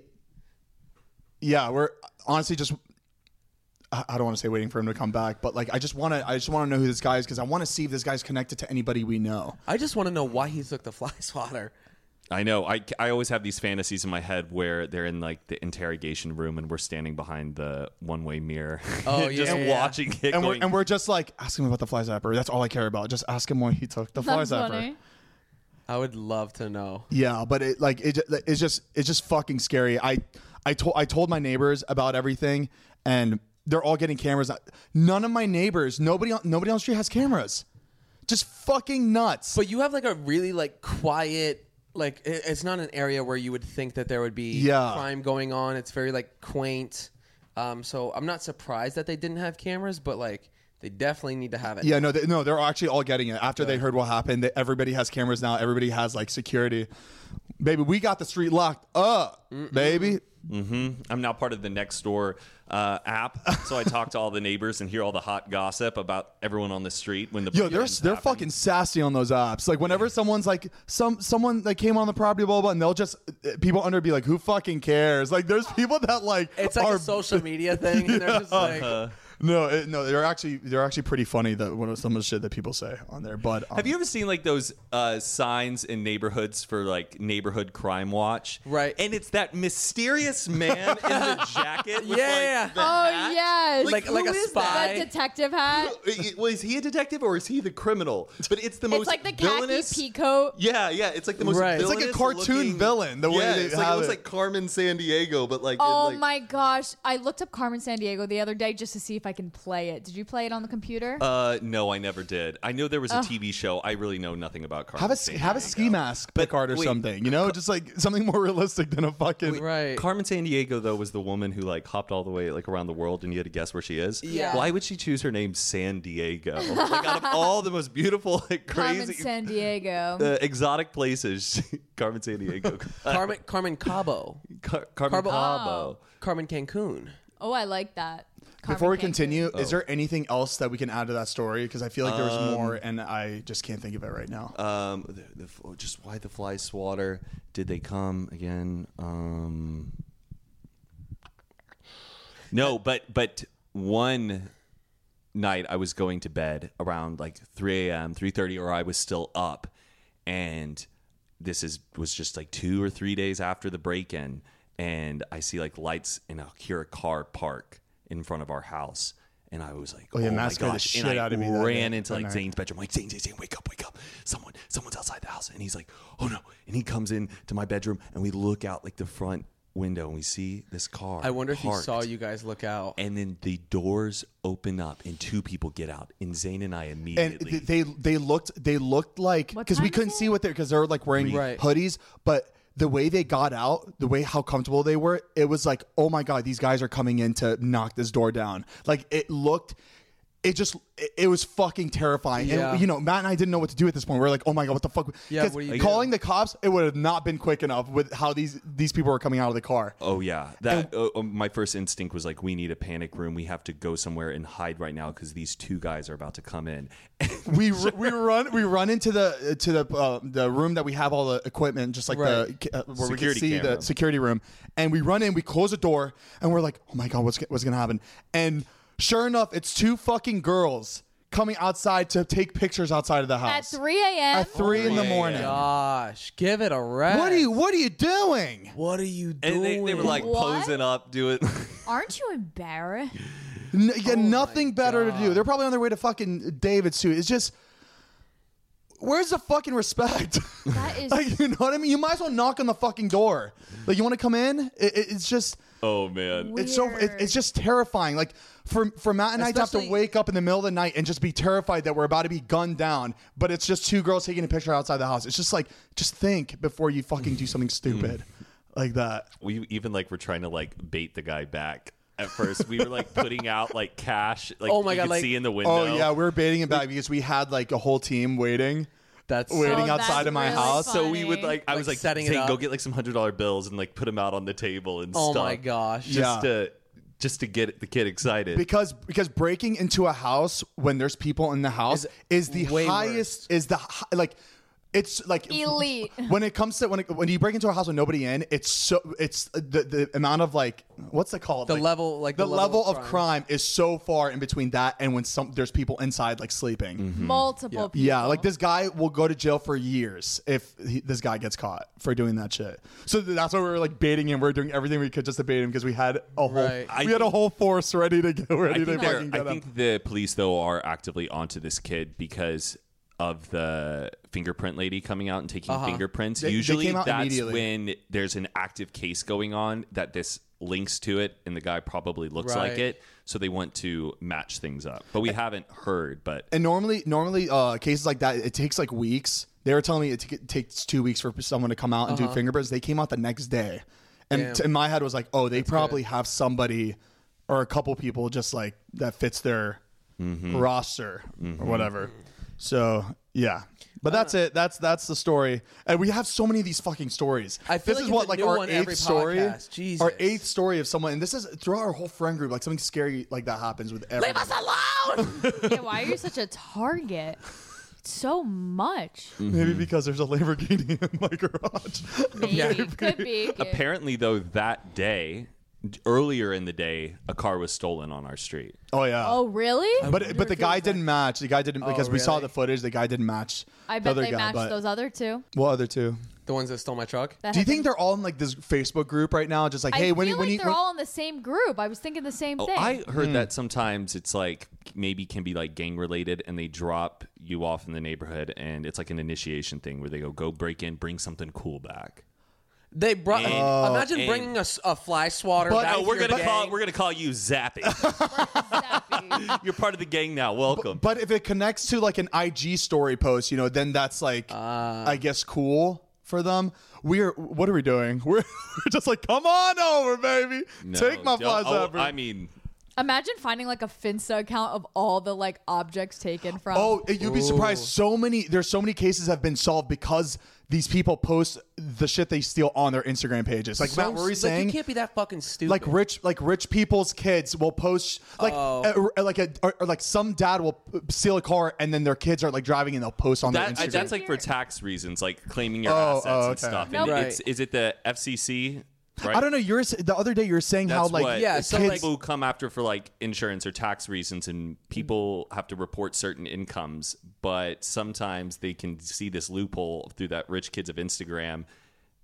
Yeah, we're honestly just I I don't want to say waiting for him to come back, but like I just want to I just want to know who this guy is cuz I want to see if this guy's connected to anybody we know.
I just want to know why he took the fly swatter.
I know. I, I always have these fantasies in my head where they're in like the interrogation room and we're standing behind the one way mirror.
Oh,
*laughs* just
yeah, yeah, yeah.
watching it.
And we're,
going-
and we're just like ask him about the fly zapper. That's all I care about. Just ask him why he took the fly
That's
zapper.
funny.
I would love to know.
Yeah, but it like it ju- it's just it's just fucking scary. I I told I told my neighbors about everything, and they're all getting cameras. None of my neighbors, nobody on nobody on the street has cameras. Just fucking nuts.
But you have like a really like quiet like i- it's not an area where you would think that there would be
Yeah.
crime going on. It's very like quaint. Um, so I'm not surprised that they didn't have cameras, but like they definitely need to have it.
Yeah, no, they, no, they're actually all getting it after they heard what happened. That everybody has cameras now. Everybody has like security. Baby, we got the street locked up, baby.
I'm now part of the next door uh, app, so I talk to all the neighbors and hear all the hot gossip about everyone on the street when the
Yo, they're
break-ins
they're
happen.
fucking sassy on those apps. Like whenever someone's like some someone that came on the property, blah blah, blah and they'll just eh, people under be like,
*laughs*
who fucking cares? Like there's people that like
It's like
are *laughs*
a social media thing, and they're just like,
No, it, no, they're actually they're actually pretty funny that when some of the shit that people say on there. But um,
Have you ever seen like those uh, signs in neighborhoods for like neighborhood crime watch?
Right.
And it's that mysterious man in the jacket. With,
*laughs* Yeah.
Like, the
Oh
hat.
yes,
Like- Like- like
who
a
is
spy.
that detective hat.
That? Well, is he a detective or is he the criminal? But it's the
It's
most
like the khaki
villainous.
pea coat.
Yeah, yeah. It's like the most.
Right. It's
like a
villainous
cartoon
looking-
villain, the way
yeah,
they
it's like,
have
it looks
it.
like Carmen San Diego, but like. in,
Oh
like-
my gosh! I looked up Carmen San Diego the other day just to see if I can play it. Did you play it on the computer?
Uh, no, I never did. I know there was a TV show. I really know nothing about Carmen.
have a
San
have a ski mask, Picard or
wait.
something. You know, just like something more *laughs* realistic than a fucking.
Right.
Carmen San Diego though was the woman who like hopped all the way like around the world and you had to guess where she is.
Yeah.
Why would she choose her name San
*laughs*
Diego? like out of all the most beautiful, like
Carmen
crazy,
*laughs*
San Diego.
uh, exotic places, *laughs* Carmen
*laughs*
San Diego,
Carmen Carmen Cabo.
Car- Carmen
Carbo-
Cabo.
Carmen Cancun.
oh, I like that. Carmen
Before we
Cancun.
continue, is
Oh.
there anything else that we can add to that story? Because I feel like there was
Um,
more, and I just can't think of it right now.
uh,
Um, the, the, just why the fly swatter? Did they come again? Um, no, but but one night I was going to bed around like 3 a.m., 3:30, or I was still up, and this is was just like two or three days after the break-in, and I see like lights and I hear a car park in front of our house. And I was like, "Oh,
yeah,
my
Matt scared the
gosh!"
shit
and I
out of me that
ran
day,
into
that
like
night.
Zane's bedroom. like, Zane, Zane, Zane, wake up, wake up! Someone, someone's outside the house. And he's like, "Oh no!" And he comes in to my bedroom, and we look out like the front window, and we see this car.
I wonder if you
parked
saw you guys look out.
and then the doors open up and two people get out and Zane and I
and
immediately
th- they they looked they looked like
What
because we
time is
couldn't
it?
see what they because they were like wearing
Right.
hoodies, but the way they got out, the way how comfortable they were, it was like, oh my god, these guys are coming in to knock this door down. Like it looked. It just, it- it was fucking terrifying.
Yeah.
And, you know, Matt and I didn't know what to do at this point. We are like, oh my God, what the fuck?
Yeah,
'Cause
what do you do?
calling the cops, it would have not been quick enough with how these these people were coming out of the car.
Oh yeah, that uh, uh, my first instinct was like, we need a panic room. We have to go somewhere and hide right now because these two guys are about to come in. *laughs*
we r- we run we run into the to the uh, the room that we have all the equipment, just like the uh, where we can
Security
see the
camera.
security room, and we run in, we close the door, and we're like, oh my god, what's go- what's gonna happen? And sure enough, it's two fucking girls coming outside to take pictures outside of the
At
house
3 a.m.
at three in the
yeah,
morning.
Gosh, give it a rest.
What are you What are you doing?
What are you doing?
And they, they were like
What?
posing up, doing. *laughs*
Aren't you
*laughs*
embarrassed?
Oh
N- you got nothing better to do. They're probably on their way to fucking David's too. It's just. Where's the fucking respect? *laughs*
That is
Like, you know what I mean? You might as well knock on the fucking door. Like, you want to come in? It, it- it's just,
oh man,
weird.
it's so, it, it's just terrifying. Like, for for Matt and I to have to
Especially-
wake up in the middle of the night and just be terrified that we're about to be gunned down. But it's just two girls taking a picture outside the house. It's just like, just think before you fucking do something stupid like that.
we even like were trying to like bait the guy back. At first, we were like putting out like cash. Like
Oh, my
you
God,
could
like-
see in the window.
Oh yeah, we were baiting him back because we had like a whole team waiting,
That's
waiting
Oh,
outside
that's
of my
really
house.
fun.
So we would
Funny.
like, I was
Like,
like,
setting it
Zane, go
up.
get like some hundred dollar bills and like put them out on the table and
Oh
stuff.
my gosh.
Yeah.
just to just to get the kid excited.
because because breaking into a house when there's people in the house is, the
way
highest is the hi- like it's like
Elite.
when it comes to when it, when you break into a house with nobody in it's so it's the the amount of like what's it called
The
Like,
level- like,
the,
the
level,
level
of
of
crime. is so far in between that and when some there's people inside like sleeping
multiple people.
Hmm. yeah like this guy will go to jail for years if he, this guy gets caught for doing that shit so th- that's why we were like baiting him we are doing everything we could just to bait him because we had a whole
Right.
I
we had a whole force ready to go ready
I
to
think, they're-
fucking
I
get him
think the police though are actively onto this kid because of the fingerprint lady coming out and taking fingerprints.
Uh-huh. They- they
Usually
came out
that's
immediately.
when there's an active case going on that this links to it and the guy probably looks like
Right.
it so they want to match things up but we haven't heard but
and normally normally uh cases like that it takes like weeks they were telling me it, t- it takes two weeks for someone to come out and do fingerprints they came out the next day and
Uh-huh. Damn.
t- in my head was like oh they probably have somebody or a couple people just like that fits their roster or whatever so yeah but that's it that's that's the story and we have so many of these fucking stories
I feel
this
like
is
it's
what
a
like
new
our
one every
eighth story
podcast. Jesus.
our eighth story of someone and this is throughout our whole friend group like something scary like that happens with everyone
Yeah, why are you such a target? So much.
*laughs* Maybe because there's a Lamborghini in my garage.
*laughs* Maybe. Could be.
apparently though that day d- earlier in the day a car was stolen on our street.
Oh yeah.
Oh, really?
but but the guy didn't match. The guy didn't because we saw
really?
the footage. The guy didn't match.
Oh, I
the
bet
other
they
guy,
matched
but-
those other two.
What other two?
The ones that stole my truck.
That
Do you
happened.
think they're all in like this Facebook group right now? Just like, hey,
I
when
feel
you when
like
you
they're
when-
all in the same group. I was thinking the same
Oh,
thing.
I heard
Hmm.
that sometimes it's like maybe can be like gang related and they drop you off in the neighborhood and it's like an initiation thing where they go go break in, bring something cool back.
They brought.
And-
imagine
and-
bringing a, s- a fly swatter.
But-
back
Oh,
Oh,
to
we're
your
gonna call
gang.
we're gonna call
*laughs*
you Zappy.
*laughs*
Zappy.
You're part of the gang now. Welcome.
But if it connects to like an IG story post, you know, then that's like
Ah.
I guess cool for them. We're what are we doing? *laughs* We're, we're just like, come on over, baby.
No,
Take my
don't-
flies
oh,
over.
I mean,
Imagine finding like a Finsta account of all the like objects taken from.
Oh, you'd be surprised. So many there's so many cases have been solved because these people post the shit they steal on their Instagram pages. Like
So
Matt Rory
s- like,
saying,
you can't be that fucking stupid.
like rich like rich people's kids will post like
Oh.
uh, like a or, or, like some dad will steal a car and then their kids are like driving and they'll post on
that,
their
I-
Instagram.
that's like for tax reasons, like claiming your
Oh,
assets
oh,
and
okay.
stuff. And
Nope.
it's,
Right.
is it the FCC? Right?
I don't know. You're s- the other day you were saying
That's
how like
what
Yeah,
the
so,
people
like-
who come after for like insurance or tax reasons, and people have to report certain incomes, but sometimes they can see this loophole through that rich kids of Instagram.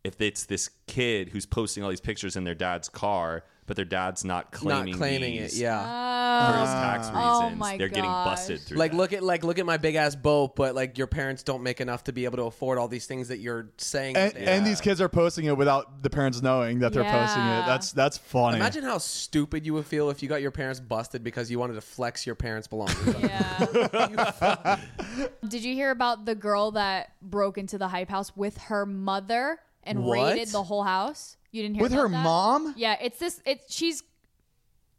If it's this kid who's posting all these pictures in their dad's car, but their dad's not
not
claiming,
claiming it.
these
Yeah.
Uh,
for his tax
Oh
reasons,
my
they're getting
gosh.
busted through.
like
that.
look at like look at my big ass boat, but like your parents don't make enough to be able to afford all these things that you're saying.
and,
that they
and
have.
these kids are posting it without the parents knowing that they're posting
Yeah.
it. That's that's funny.
Imagine how stupid you would feel if you got your parents busted because you wanted to flex your parents'
*laughs*
belongings.
Yeah. *laughs* Did you hear about the girl that broke into the hype house with her mother and
What?
raided the whole house? You didn't hear
With
about
her
that?
mom?
Yeah, it's this. It's she's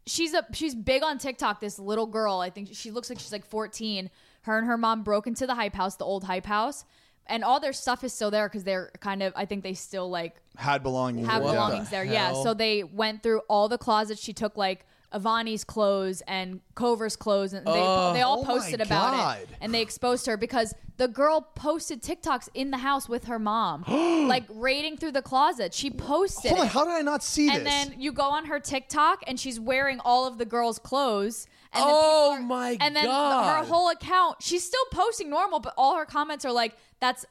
she's a she's big on TikTok. This little girl, I think she looks like she's like 14. Her and her mom broke into the hype house, the old hype house, and all their stuff is still there because they're kind of. I think they still like
Had belongings.
have
yeah.
belongings
the
there. Yeah.
hell?
So they went through all the closets. She took like Avani's clothes and Cover's clothes, and they, they all
Oh my
posted about
God.
it. And they exposed her because the girl posted TikToks in the house with
*gasps*
her mom, like raiding through the closet. She posted.
Hold on,
it.
how did I not see
and
this?
then you go on her TikTok, and she's wearing all of the girls' clothes. And then
Oh
people
my
And then the-
God.
her whole account, she's still posting normal, but all her comments are like, "That's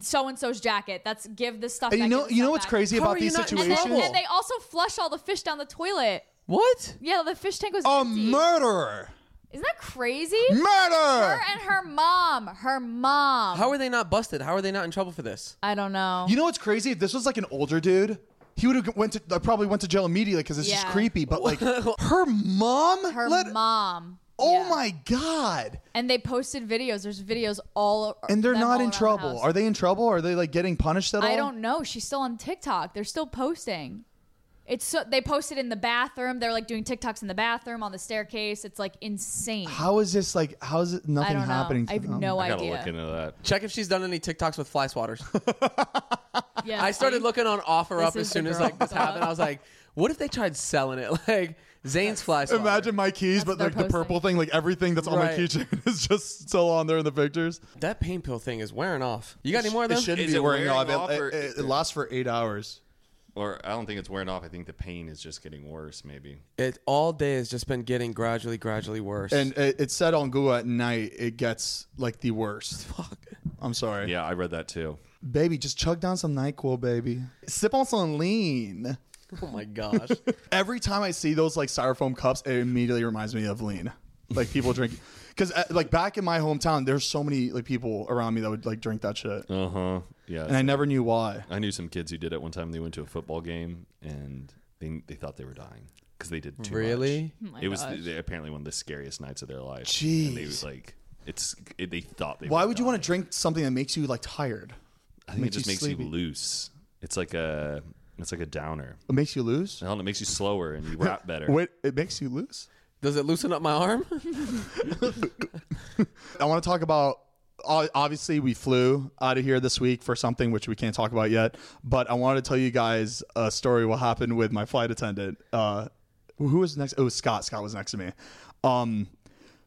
so and so's jacket. That's give this stuff."
And you
back, give
know
this
you know
stuff
what's
back."
crazy
How
about
are you
these
not in
And
situations?
then,
trouble?
and they also flush all the fish down the toilet.
what?
Yeah, the fish tank was
A
empty.
murderer,
Isn't that crazy?
murder.
Her and her mom. Her mom.
How are they not busted? How are they not in trouble for this?
I don't know.
You know what's crazy? If this was like an older dude, he would have went to uh, probably went to jail immediately because it's just
Yeah.
creepy. But *laughs*
*laughs*
like her mom,
her
Let-
mom.
Oh
Yeah.
my god!
And they posted videos. There's videos all. o-
And they're
them all
not in
around the
trouble.
house.
Are they in trouble? Are they like getting punished at all?
I don't know. She's still on TikTok. They're still posting. It's so they posted in the bathroom. They're like doing TikToks in the bathroom on the staircase. It's like insane.
How is this like? How is it
I
nothing
don't know.
happening? To
I have
them?
no
I gotta
idea.
look into that.
Check if she's done any TikToks with fly swatters.
Yeah, *laughs*
I started
see?
looking on offer up
This
as
is
soon
the
as
girl.
like this happened. I was like, what if they tried selling it? *laughs* Like Zane's fly swatter.
Imagine my keys,
That's
but like
their
the purple thing, like everything that's on my
Right.
keychain *laughs* is just still on there in the pictures.
that pain pill thing is wearing off. You got any more of those?
Is be it wearing wearing off. off It- or- it- it
lasts for eight hours.
Or I don't think it's wearing off. I think the pain is just getting worse. Maybe.
It all day has just been getting gradually, gradually worse.
And it, it said on Google at night, it gets like the worst.
fuck.
I'm sorry.
Yeah, I read that too.
Baby, just chug down some NyQuil, baby. Sip on some lean.
*laughs* Oh
*laughs*
my gosh.
Every time I see those like styrofoam cups, it immediately reminds me of lean. Like people
*laughs*
drink. Because like back in my hometown, there's so many like people around me that would like drink that shit.
Uh huh. Yeah.
And I never knew why.
I knew some kids who did it one time. They went to a football game and they they thought they were dying because they did too
Really?
Oh
much.
my
it was
gosh.
th- apparently one of the scariest nights of their life. and they
Jeez.
was like, it's it, they thought they.
Why
were
would you want
dying.
to drink something that makes you like tired?
I think it
make
just
you
makes
sleepy?
you loose. It's like a it's like a downer.
It makes you lose?
I don't know. It makes you slower and you rap better.
Wait, it makes you lose?
Does it loosen up my arm? *laughs*
I want to talk about. o- Obviously, we flew out of here this week for something which we can't talk about yet. But I wanted to tell you guys a story. What happened with my flight attendant? Uh, who was next? Oh, Scott. Scott was next to me. Um,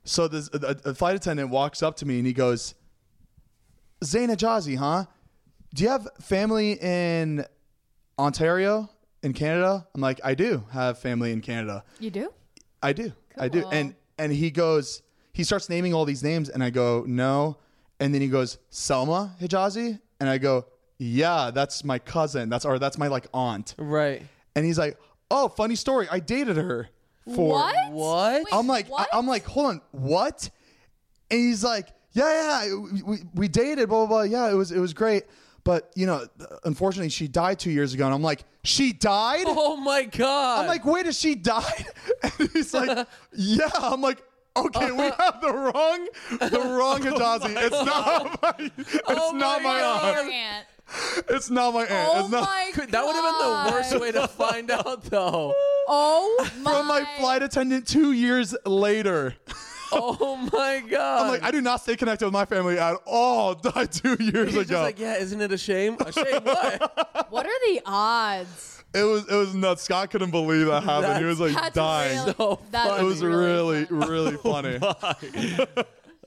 so this a, a flight attendant walks up to me and he goes, "Zaina Jazi, huh? Do you have family in Ontario?" in Canada?" I'm like, "I do have family in Canada.
You do?
I do. I do."
Cool.
And and he goes, he starts naming all these names, and I go, "No," and then he goes, "Selma Hijazi," and I go, "Yeah, that's my cousin. That's or that's my like aunt."
Right.
And he's like, "Oh, funny story. I dated her for
what?
What?
Wait,
I'm like,
what?
I, am like, hold on, what? And he's like, yeah, yeah, we, we, we dated, blah, blah, blah. Yeah, it was, it was great. But, you know, unfortunately, she died two years ago. And I'm like, she died?
Oh my god.
I'm like, wait, has she died? *laughs* And he's like, yeah. I'm like, okay, we have the wrong, the wrong Hijazi. it's not my, it's not my
God.
aunt.
Your aunt.
It's not my aunt.
Oh
Uh, it's not. *laughs*
my god.
Could- that would have been the worst way to find out though.
Oh
*laughs*
my.
From my flight attendant two years later.
Oh my god.
I'm like, I do not stay connected with my family at all. *laughs* Died two years
He's just
ago.
like, yeah, isn't it a shame? A
*laughs*
shame what?
What are the odds?
It was it was nuts. Scott couldn't believe that happened. he was like
That's
dying.
Really,
So
that's
It was really really funny.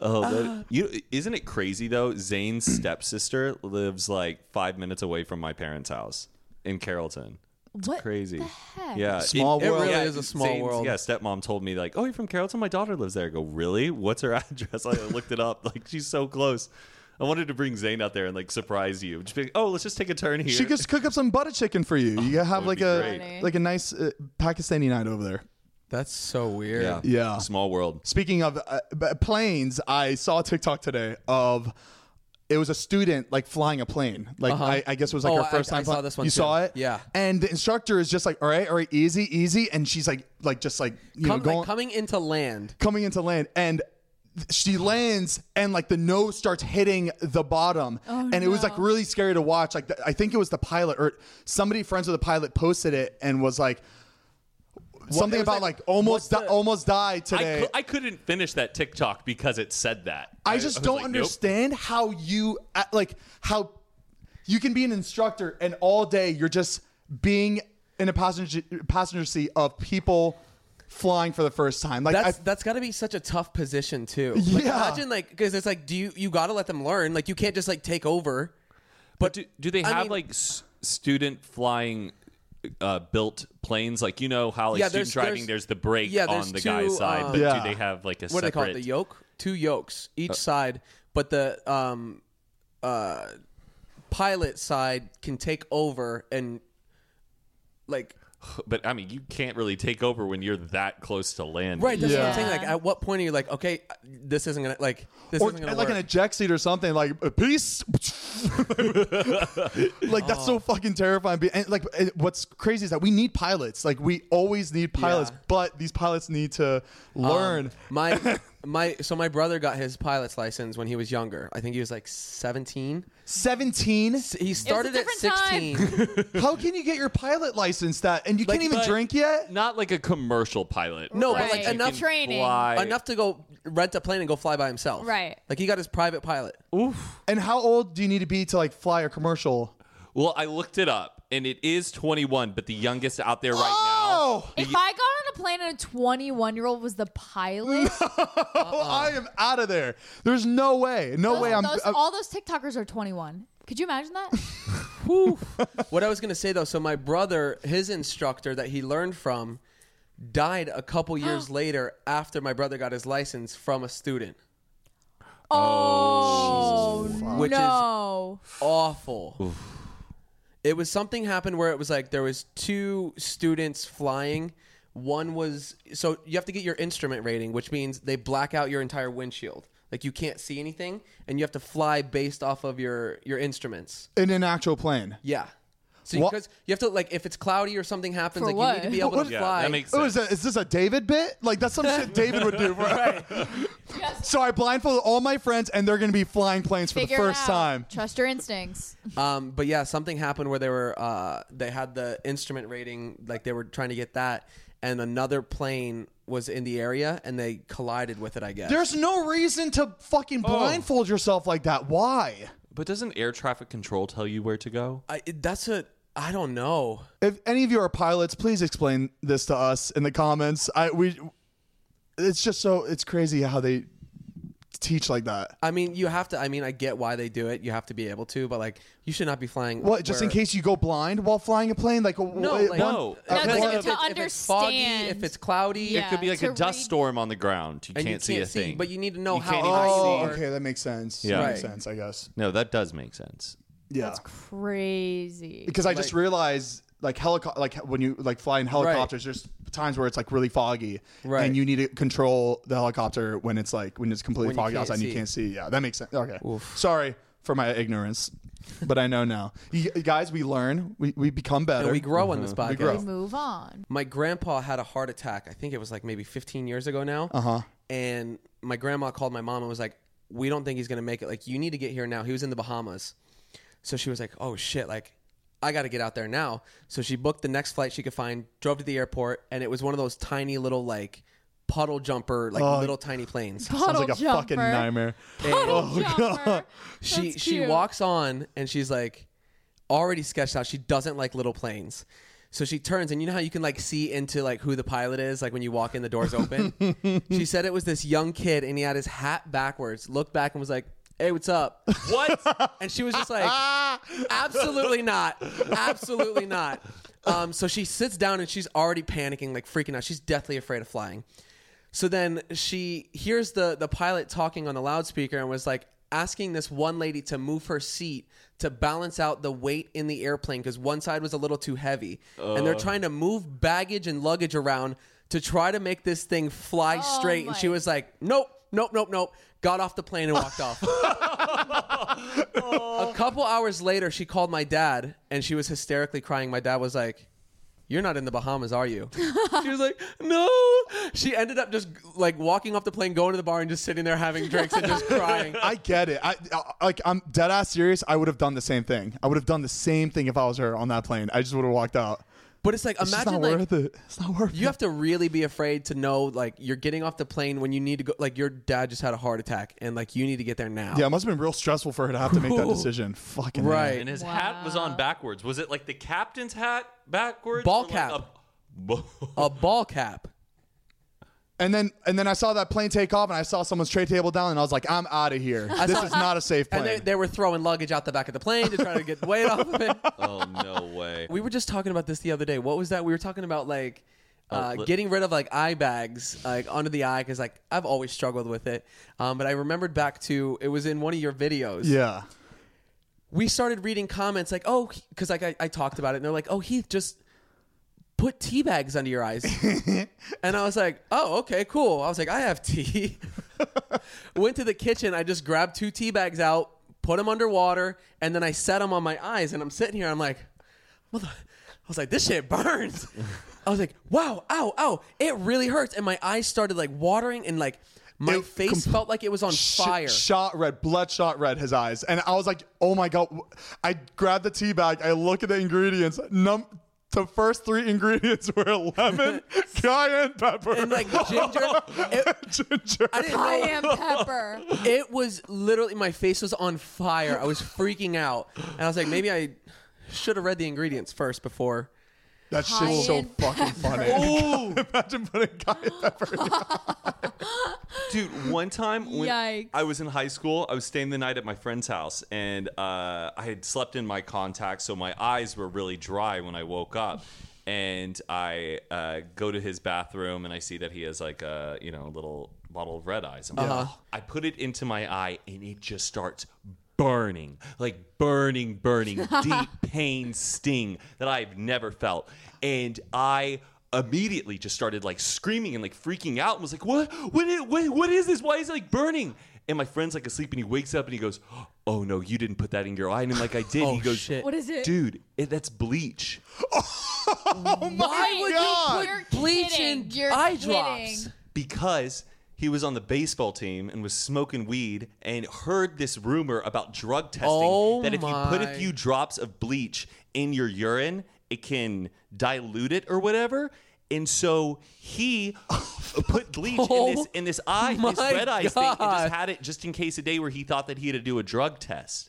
Oh,
Ah.
that, you isn't it crazy though? Zane's stepsister lives like five minutes away from my parents' house in Carrollton.
What?
Crazy.
heck?
Yeah,
Small world. It really
is a small world.
Yeah, stepmom told me like, "Oh, you're from Carrollton. My daughter lives there." I go, "Really? What's her *laughs* address?" I looked it up. Like, she's so close. I wanted to bring Zane out there and like surprise you. Just be like, "Oh, let's just take a turn here."
she could cook up some butter chicken for you. You have like
be
a
great.
like a nice uh, Pakistani night over there.
That's so weird.
yeah,
Yeah.
Small world.
Speaking of uh, b- planes, I saw a TikTok today of it was a student like flying a plane. Like I, I guess it was like
Oh,
her
I-
first
I
time. flying-
saw this one
You
too.
saw it,
Yeah.
And the instructor is just like, "All right, all right, easy, easy," and she's like, like just like you
Come-
know
like,
going
coming into land.
coming into land and th- she lands and like the nose starts hitting the bottom and it was like really scary to watch like the, i think it was the pilot or somebody friends with the pilot posted it and was like something
was
about
that-
like almost di-
the-
almost died
I,
today
cou- I couldn't finish that TikTok because it said that.
I just
was
don't
like, nope.
understand how you uh, like how you can be an instructor and all day you're just being in a passenger passenger seat of people flying for the first time like
That's
I,
that's got to be such a tough position too. Like,
Yeah.
imagine like because it's like do you you got to let them learn like you can't just like take over.
But do, do they
I
have
mean-
like s- student flying uh, built planes? Like you know how like
Yeah,
student
there's-
driving,
there's-
there's, the brake
yeah, there's
on the guy's
two,
side.
um,
but
Yeah.
do they have like a
What do they
separate?
call it? The yoke, two yokes each side, but the um uh pilot side can take over and like
But I mean, you can't really take over when you're that close to land.
right. That's what
Yeah.
I'm saying. Like at what point are you like okay this isn't gonna like this
or
isn't gonna
like
work.
an eject seat or something like uh, peace *laughs* like that's
Oh.
so fucking terrifying Be- and like it- what's crazy is that we need pilots like we always need pilots
Yeah. Um,
but these pilots need to learn
my my so my brother got his pilot's license when he was younger. I think he was like 17.
17
S- He started at
different time.
16.
how can you get your pilot license that and you
Like,
can't even
but-
drink yet
Not like a commercial pilot.
No,
Right.
but like
You
enough
can Training.
Fly.
enough to go rent a plane and go fly by himself.
Right.
Like he got his private pilot.
and how old do you need to be to like fly a commercial
Well, I looked it up, and it is 21, but the youngest out there right
oh
If I got on a plane and a 21 year old was the pilot,
*laughs* i am out of there there's no way no
those-
way i'm uh,
those-
I'm-
all those TikTokers are 21. Could you imagine
*laughs*
that?
*laughs* What I was gonna say though, so my brother, his instructor that he learned from, died a couple years later after my brother got his license from a student.
Oh,
Which is-
no.
awful. It was something happened where it was like there was two students flying. One was so you have to get your instrument rating, which means they black out your entire windshield. Like you can't see anything and you have to fly based off of your your instruments.
in an actual plane
Yeah. So
What-
because you have to like if it's cloudy or something happens
For
like
what?
you need to be able
What-
to
now.
fly.
Yeah, that makes
Oh,
sense.
is, that, is this a David bit? Like that's some shit David would do. For, So I blindfolded all my friends, and they're going to be flying planes for
Figure
the
it
first
out.
time.
Trust your instincts.
Um, but yeah, something happened where they were uh, they had the instrument rating, like they were trying to get that, and another plane was in the area and they collided with it. I guess.
There's no reason to fucking blindfold yourself like that. Why?
But doesn't air traffic control tell you where to go?
I, it- that's a I don't know.
If any of you are pilots, please explain this to us in the comments. I we, it's just so it's crazy how they teach like that.
I mean, you have to. I mean, I get why they do it. You have to be able to, but like, you should not be flying.
What? Just in
where-
case you go blind while flying a plane, like
No,
wait,
like,
one-
No.
uh,
No, 'cause
one-
if it's-
if, it's- if it's foggy,
understand.
if it's cloudy,
Yeah.
It could be like
to
a dust
read-
storm on the ground. You
and
can't
you
see a
see,
thing.
But you need to know
You
how
can't even
high.
oh,
you are.
okay, that makes sense.
Yeah.
that makes
Right.
sense. I guess.
no, that does make sense.
Yeah,
That's crazy.
because I just
like-
realized like helicopter, like when you like fly in helicopters, there's times where it's like really foggy,
Right.
And you need to control the helicopter when it's like when it's completely
When you
foggy
can't
outside and you
see.
can't see. Yeah, that makes sense. Okay, sorry for my ignorance, but I know now. You, you guys, we learn, we, we become better,
And we grow on this podcast.
grow.
We move on.
my grandpa had a heart attack. I think it was like maybe 15 years ago now. Uh huh. And my grandma called my mom and was like, "We don't think he's gonna make it. Like, you need to get here now." He was in the Bahamas, so she was like, "Oh shit! Like, I got to get out there now." So she booked the next flight she could find, drove to the airport, and it was one of those tiny little like puddle jumper, like little tiny planes.
Sounds
Puddle
like a
jumper.
fucking nightmare. Oh,
Puddle jumper.
she
That's
she
cute.
walks on and she's like already sketched out she doesn't like little planes so she turns and you know how you can like see into like who the pilot is like when you walk in the doors
*laughs*
open she said it was this young kid and he had his hat backwards looked back and was like hey what's up
What?
and she was just like
*laughs*
absolutely not absolutely not um, so she sits down and she's already panicking like freaking out she's deathly afraid of flying so then she hears the the pilot talking on the loudspeaker and was like asking this one lady to move her seat to balance out the weight in the airplane because one side was a little too heavy and they're trying to move baggage and luggage around to try to make this thing fly
Oh
straight and
my-
she was like nope nope nope nope got off the plane and walked off a couple hours later, she called my dad and she was hysterically crying. My dad was like, You're not in the Bahamas,
*laughs*
are you? she was like, No. She ended up just like walking off the plane, going to the bar, and just sitting there having drinks and
*laughs*
just crying.
I get it. I, I like I'm dead ass serious. I would have done the same thing. I would have done the same thing if I was her on that plane. I just would have walked out.
But it's like,
It's just
imagine
not
like
worth it. It's not worth
you
it.
have to really be afraid to know like you're getting off the plane when you need to go. Like your dad just had a heart attack and like you need to get there now.
Yeah, it must have been real stressful for her to have to make that
Cool.
decision. Fucking
Right.
and his hat was on backwards. Was it like the captain's hat backwards?
Ball
or like
cap.
a- *laughs*
A ball cap.
And then and then I saw that plane take off and I saw someone's tray table down and I was like, I'm out of here. this
saw-
is not a safe
*laughs* And they,
plane.
they were throwing luggage out the back of the plane to try to get weight off
*laughs*
of it.
oh no way.
We were just talking about this the other day. What was that? We were talking about like uh,
li-
getting rid of like eye bags, like under the eye, because like I've always struggled with it. Um, but I remembered back to it was in one of your videos.
yeah.
We started reading comments like, oh, because like I, I talked about it, and they're like, oh, Heath, just put tea bags under
*laughs*
your eyes. and I was like, oh, okay, cool. I was like, I have tea. *laughs* Went to the kitchen. I just grabbed two tea bags out, put them underwater, and then I set them on my eyes. And I'm sitting here. I'm like, mother. I was like, this shit burns.
*laughs*
I was like, wow, ow, ow, it really hurts. And my eyes started like watering, and like my
It
face
com-
felt like it was on
Sh-
fire.
shot red, bloodshot red, his eyes. And I was like, oh my God. I grabbed the tea bag. I look at the ingredients. Num- the first three ingredients were
*laughs*
lemon, cayenne pepper, *laughs*
and like ginger, it,
ginger.
I
*laughs*
didn't know-
Cayenne pepper.
it was literally my face was on fire. I was freaking out, and I was like, maybe I should have read the ingredients first before.
That shit's so
Cayenne
fucking funny.
Ooh,
*laughs*
Imagine putting cayenne pepper.
dude! One time when
Yikes.
I was in high school, I was staying the night at my friend's house, and uh, I had slept in my contacts, so my eyes were really dry when I woke up. And I uh, go to his bathroom, and I see that he has like a you know little bottle of red eyes. I'm like, "Oh." I put it into my eye, and it just starts burning, like burning, burning, deep pain sting that I've never felt. And I immediately just started like screaming and like freaking out and was like, what, what, i- what, what is this? Why is it like burning? And my friend's like asleep and he wakes up and he goes, oh no, you didn't put that in your eye. And I'm like, I did.
*laughs* Oh
he goes,
shit!
What is it?
dude, it, that's bleach.
Why would
Oh God.
you put
Bleach
kidding.
and
You're
eye
kidding.
drops.
because he was on the baseball team and was smoking weed and heard this rumor about drug testing
Oh
that if you put
my.
a few drops of bleach in your urine, it can dilute it or whatever. And so
*laughs*
he put bleach in this in this eye, this
Oh my
red eyes thing, and
God.
just had it just in case a day where he thought that he had to do a drug test.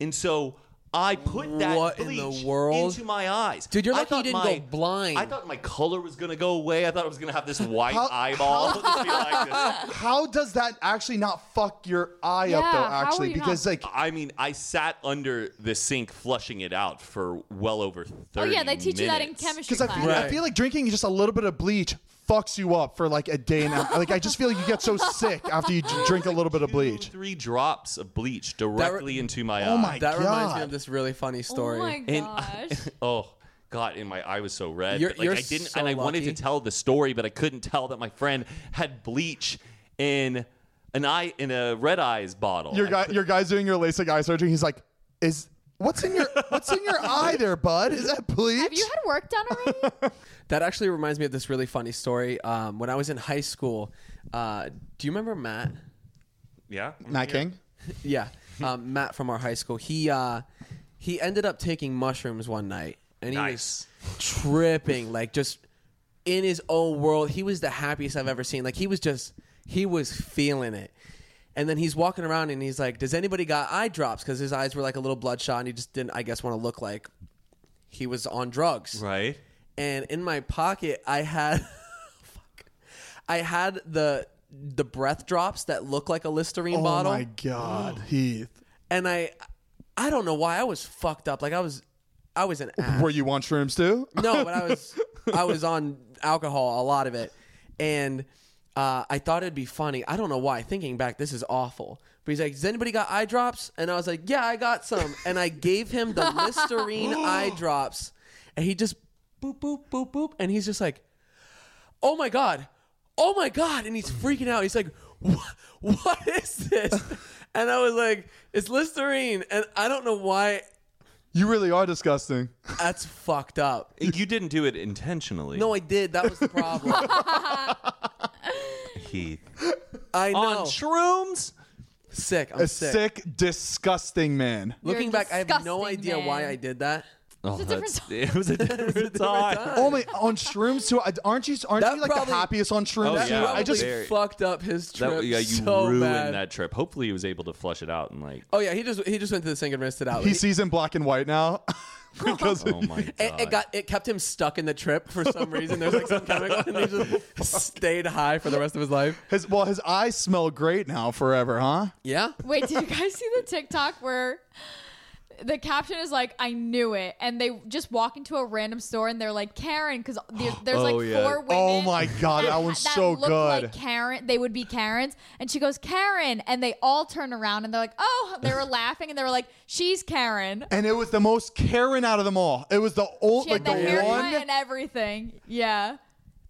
And so I put that
What in
bleach
the world?
into my eyes.
Dude, you're
I
lucky you
thought
didn't
my-
go blind.
I thought my color was gonna go away. I thought I was gonna
*laughs*
have this white
How-
eyeball. *laughs* Just be like this.
How does that actually not fuck your eye up
Yeah,
though?
how
Actually,
are you not-
because like
I mean, I sat under the sink flushing it out for well over thirty.
Oh yeah, they teach you that in
minutes.
chemistry
because I,
class.
feel I
Right.
feel like drinking just a little bit of bleach fucks you up for like a day and a half. like I just feel like you get so sick after you drink a little bit of
Two,
bleach.
three drops of bleach directly into my eye.
Oh my
That reminds me
God.
of this really funny
Oh
story.
my
*laughs*
And-
gosh.
*laughs* Oh God, and my eye was so red.
You're-
but, like
you're
I didn't,
so
and I wanted to
lucky.
tell the story, but I couldn't tell that my friend had bleach in an eye in a red eyes bottle.
Your
I
guy,
cou-
your guy's doing your LASIK eye surgery. He's like, is what's in your what's in your eye there, bud? Is that bleach?
Have you had work done
*laughs*
already?
That actually reminds me of this really funny story. Um, when I was in high school, uh, do you remember Matt?
yeah,
Matt King?
Yeah, *laughs* um, Matt from our high school. He uh, he ended up taking mushrooms one night, and he
Nice.
was tripping, like just in his own world. He was the happiest I've ever seen. Like he was just he was feeling it. And then he's walking around and he's like, "Does anybody got eye drops?" Because his eyes were like a little bloodshot, and he just didn't, I guess, want to look like he was on drugs.
right.
and in my pocket I had *laughs* fuck. I had the the breath drops that look like a Listerine
Oh
bottle
my god, Heath.
and I I don't know why I was fucked up like I was I was an ass.
Were you on shrooms too?
No, but I was I was on alcohol a lot of it, and uh, I thought it'd be funny. I don't know why. Thinking back, this is awful. But he's like, "Does anybody got eye drops?" And I was like, "Yeah, I got some." And I gave him the Listerine eye drops, and he just boop boop boop boop, and he's just like, "Oh my god, oh my god!" And he's freaking out. He's like, "What, what is this?" And I was like, "It's Listerine," and I don't know why.
You really are disgusting.
That's fucked up.
You didn't do it intentionally.
No, I did. That was the problem.
Heath.
I know.
On shrooms.
sick. I'm
A
sick.
sick, disgusting man.
Looking
You're
back, I have no
disgusting,
idea why
man.
I did that.
Oh,
a different
that's- *laughs* it was a different time.
Only on shrooms too. I- Aren't you? Aren't
That
you like
probably-
the happiest on shrooms?
Oh,
too?
yeah.
I just.
Probably
Very-
fucked up his trip.
That, yeah, you
so
ruined
bad.
that trip. Hopefully, he was able to flush it out and like.
Oh yeah, he just he just went to the sink and rinsed it out.
He sees in black and white now. *laughs* because
*laughs* Oh my god!
it, it got it kept him stuck in the trip for some reason. There's like some chemical, and he
*laughs*
just stayed high for the rest of his life.
his well, his eyes smell great now forever, huh?
Yeah,
Wait, did you guys see the TikTok where the caption is like, "I knew it," and they just walk into a random store and they're like, "Karen," because
*gasps*
there's like
Oh, yeah.
four women.
Oh my god,
*laughs*
that
that-
one's
that
so
look
good.
Like Karen, they would be Karens, and she goes Karen, and they all turn around and they're like, "Oh!" They
*laughs*
were laughing and they were like, "She's Karen."
and it was the most Karen out of them all. It was the old,
She had
like
the,
the,
haircut
one.
and everything. Yeah,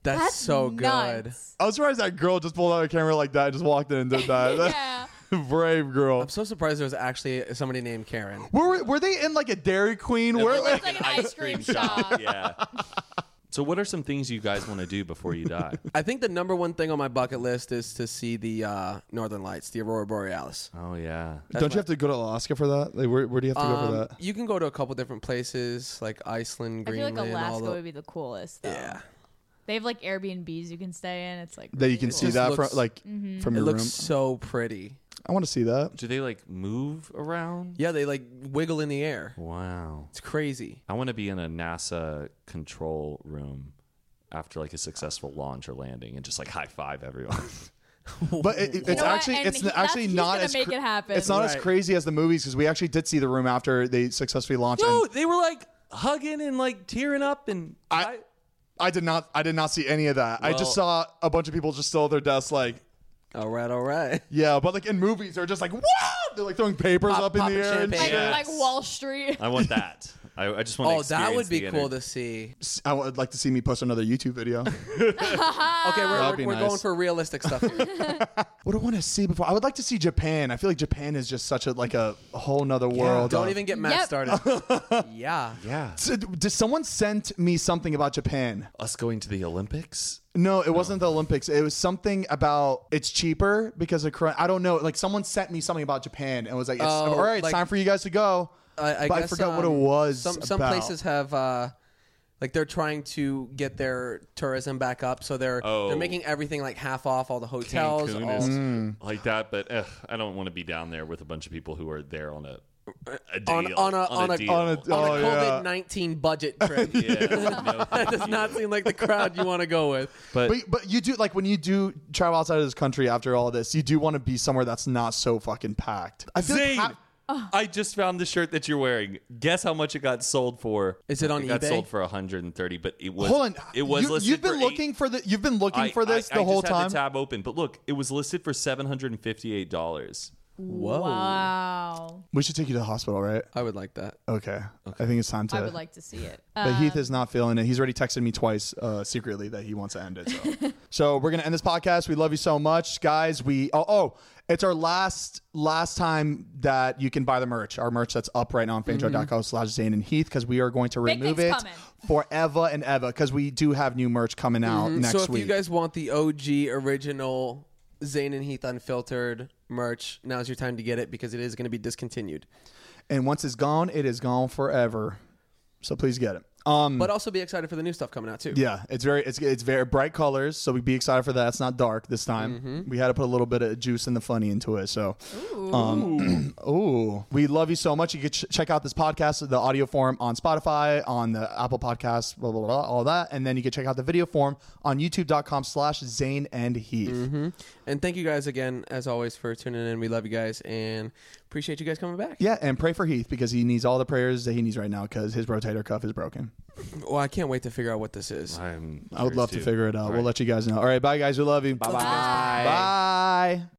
that's,
that's
so good.
*laughs*
nuts.
I was surprised that girl just pulled out a camera like that and just walked in and did that.
*laughs* yeah.
*laughs* Brave girl.
I'm so surprised there was actually somebody named Karen.
Were, were they in like a Dairy Queen? Where,
like an ice cream shop.
yeah. So, what are some things you guys want to do before you die? *laughs*
I think the number one thing on my bucket list is to see the uh, Northern Lights, the Aurora Borealis.
Oh yeah.
*laughs* don't you have to go to Alaska for that? Like, where, where do you have to go for
Um,
that?
you can go to a couple different places like Iceland,
I feel
Greenland,
like Alaska
all
would
the,
be the coolest. Though.
yeah.
They have like Airbnbs you can stay in. It's like
That you
really
can
cool.
see
Just
that
looks-
from like
Mm-hmm.
from
It
your
looks
room.
so pretty.
I want to see
*laughs*
that.
Do they like move around?
Yeah, they like wiggle in the air.
Wow.
It's crazy.
I want to be in a NASA control room after like a successful launch or landing and just like high five *laughs* everyone.
But it, it's
You know what?
actually
And
it's
he-
actually
that's- he's
not
gonna
as
make
cra-
it happen.
it's not as
Right.
crazy as the movies because we actually did see the room after they successfully launched. and-
they were like hugging and like tearing up and
I, I did not. I did not see any of that. I just saw a bunch of people just still at their desks, like
All right, all right.
yeah. But like in movies, they're just like whoa! They're like throwing papers
Pop-
up in
popping
the air. And
champagne.
like,
shit.
Yeah.
like
Yes.
Wall Street.
I want that. I, I just
*laughs*
want.
Oh,
to
that would be
the
cool
ener-
to see.
I would like to see me post another YouTube
*laughs*
video.
Uh,
Okay, we're,
That'd be
we're, we're
nice.
going for
*laughs*
realistic stuff. here.
what do I want to see before? I would like to see Japan. I feel like Japan is just such a like a whole nother world.
Don't
of-
even get Matt
Yep. *laughs*
started. yeah.
yeah.
So, Did someone sent me something about Japan?
Us going to the Olympics.
No, it wasn't the Olympics. It was something about it's cheaper because of current. I don't know. Like someone sent me something about Japan and was like, it's,
Oh,
"All right, it's
like-
time for you guys to go."
I, I,
But I
guess,
forgot what
um,
it was
Some some
about.
places have uh, like they're trying to get their tourism back up, so they're
Oh.
they're making everything like half off. All the hotels,
Cancun
all,
Mm. is like that, but eh, I don't want to be down there with a bunch of people who are there on a a deal.
on on a on a,
deal.
on a-
on a
Oh, yeah.
COVID nineteen *laughs* budget trip.
*laughs* yeah, no,
that does not seem like the crowd you want to go with.
but
But but you do like when you do travel outside of this country after all this, you do want to be somewhere that's not so fucking packed. I feel
Zane,
like ha-
I just found the shirt that you're wearing. Guess how much it got sold for?
Is it on
it Got
eBay?
sold for 130, but it was.
hold on,
It was
you,
listed.
you've been
for eight-
looking for the you've been looking
I-
for this
I-
the
I
whole
just had
time.
the tab open, but look, it was listed for 758 dollars.
Whoa.
Wow.
we should take you to the hospital, right?
I would like that.
Okay, I think it's time to.
I would like uh, to see it.
But Heath is not feeling it. He's already texted me twice uh, secretly that he wants to end it.
*laughs*
So, so we're gonna end this podcast. We love you so much, guys. We oh, oh it's our last last time that you can buy the merch. Our merch that's up right now on
Mm-hmm.
fanjo.com slash Zane and Heath because we are going to
Big
remove it
things coming.
forever and ever because we do have new merch coming out
Mm-hmm.
next
so if
week.
you guys want the OG original Zane and Heath unfiltered merch, now's your time to get it because it is going to be discontinued.
and once it's gone, it is gone forever. So please get it. Um,
But also be excited for the new stuff coming out too.
Yeah, it's very it's it's very bright colors, so we'd be excited for that. It's not dark this time. We had to put a little bit of juice and the funny into it. So, ooh, um, *clears throat* ooh. we love you so much. You can ch- check out this podcast, the audio form on Spotify, on the Apple Podcasts, blah blah blah, all that, and then you can check out the video form on YouTube.com/slash Zane and Heath.
Mm-hmm. And thank you guys again, as always, for tuning in. We love you guys and appreciate you guys coming back.
Yeah, and pray for Heath because he needs all the prayers that he needs right now because his rotator cuff is broken.
Well, I can't wait to figure out what this is.
I'm
I would love to figure it out. We'll let you guys know. All right, bye guys. We love you. Bye
Bye.
Bye.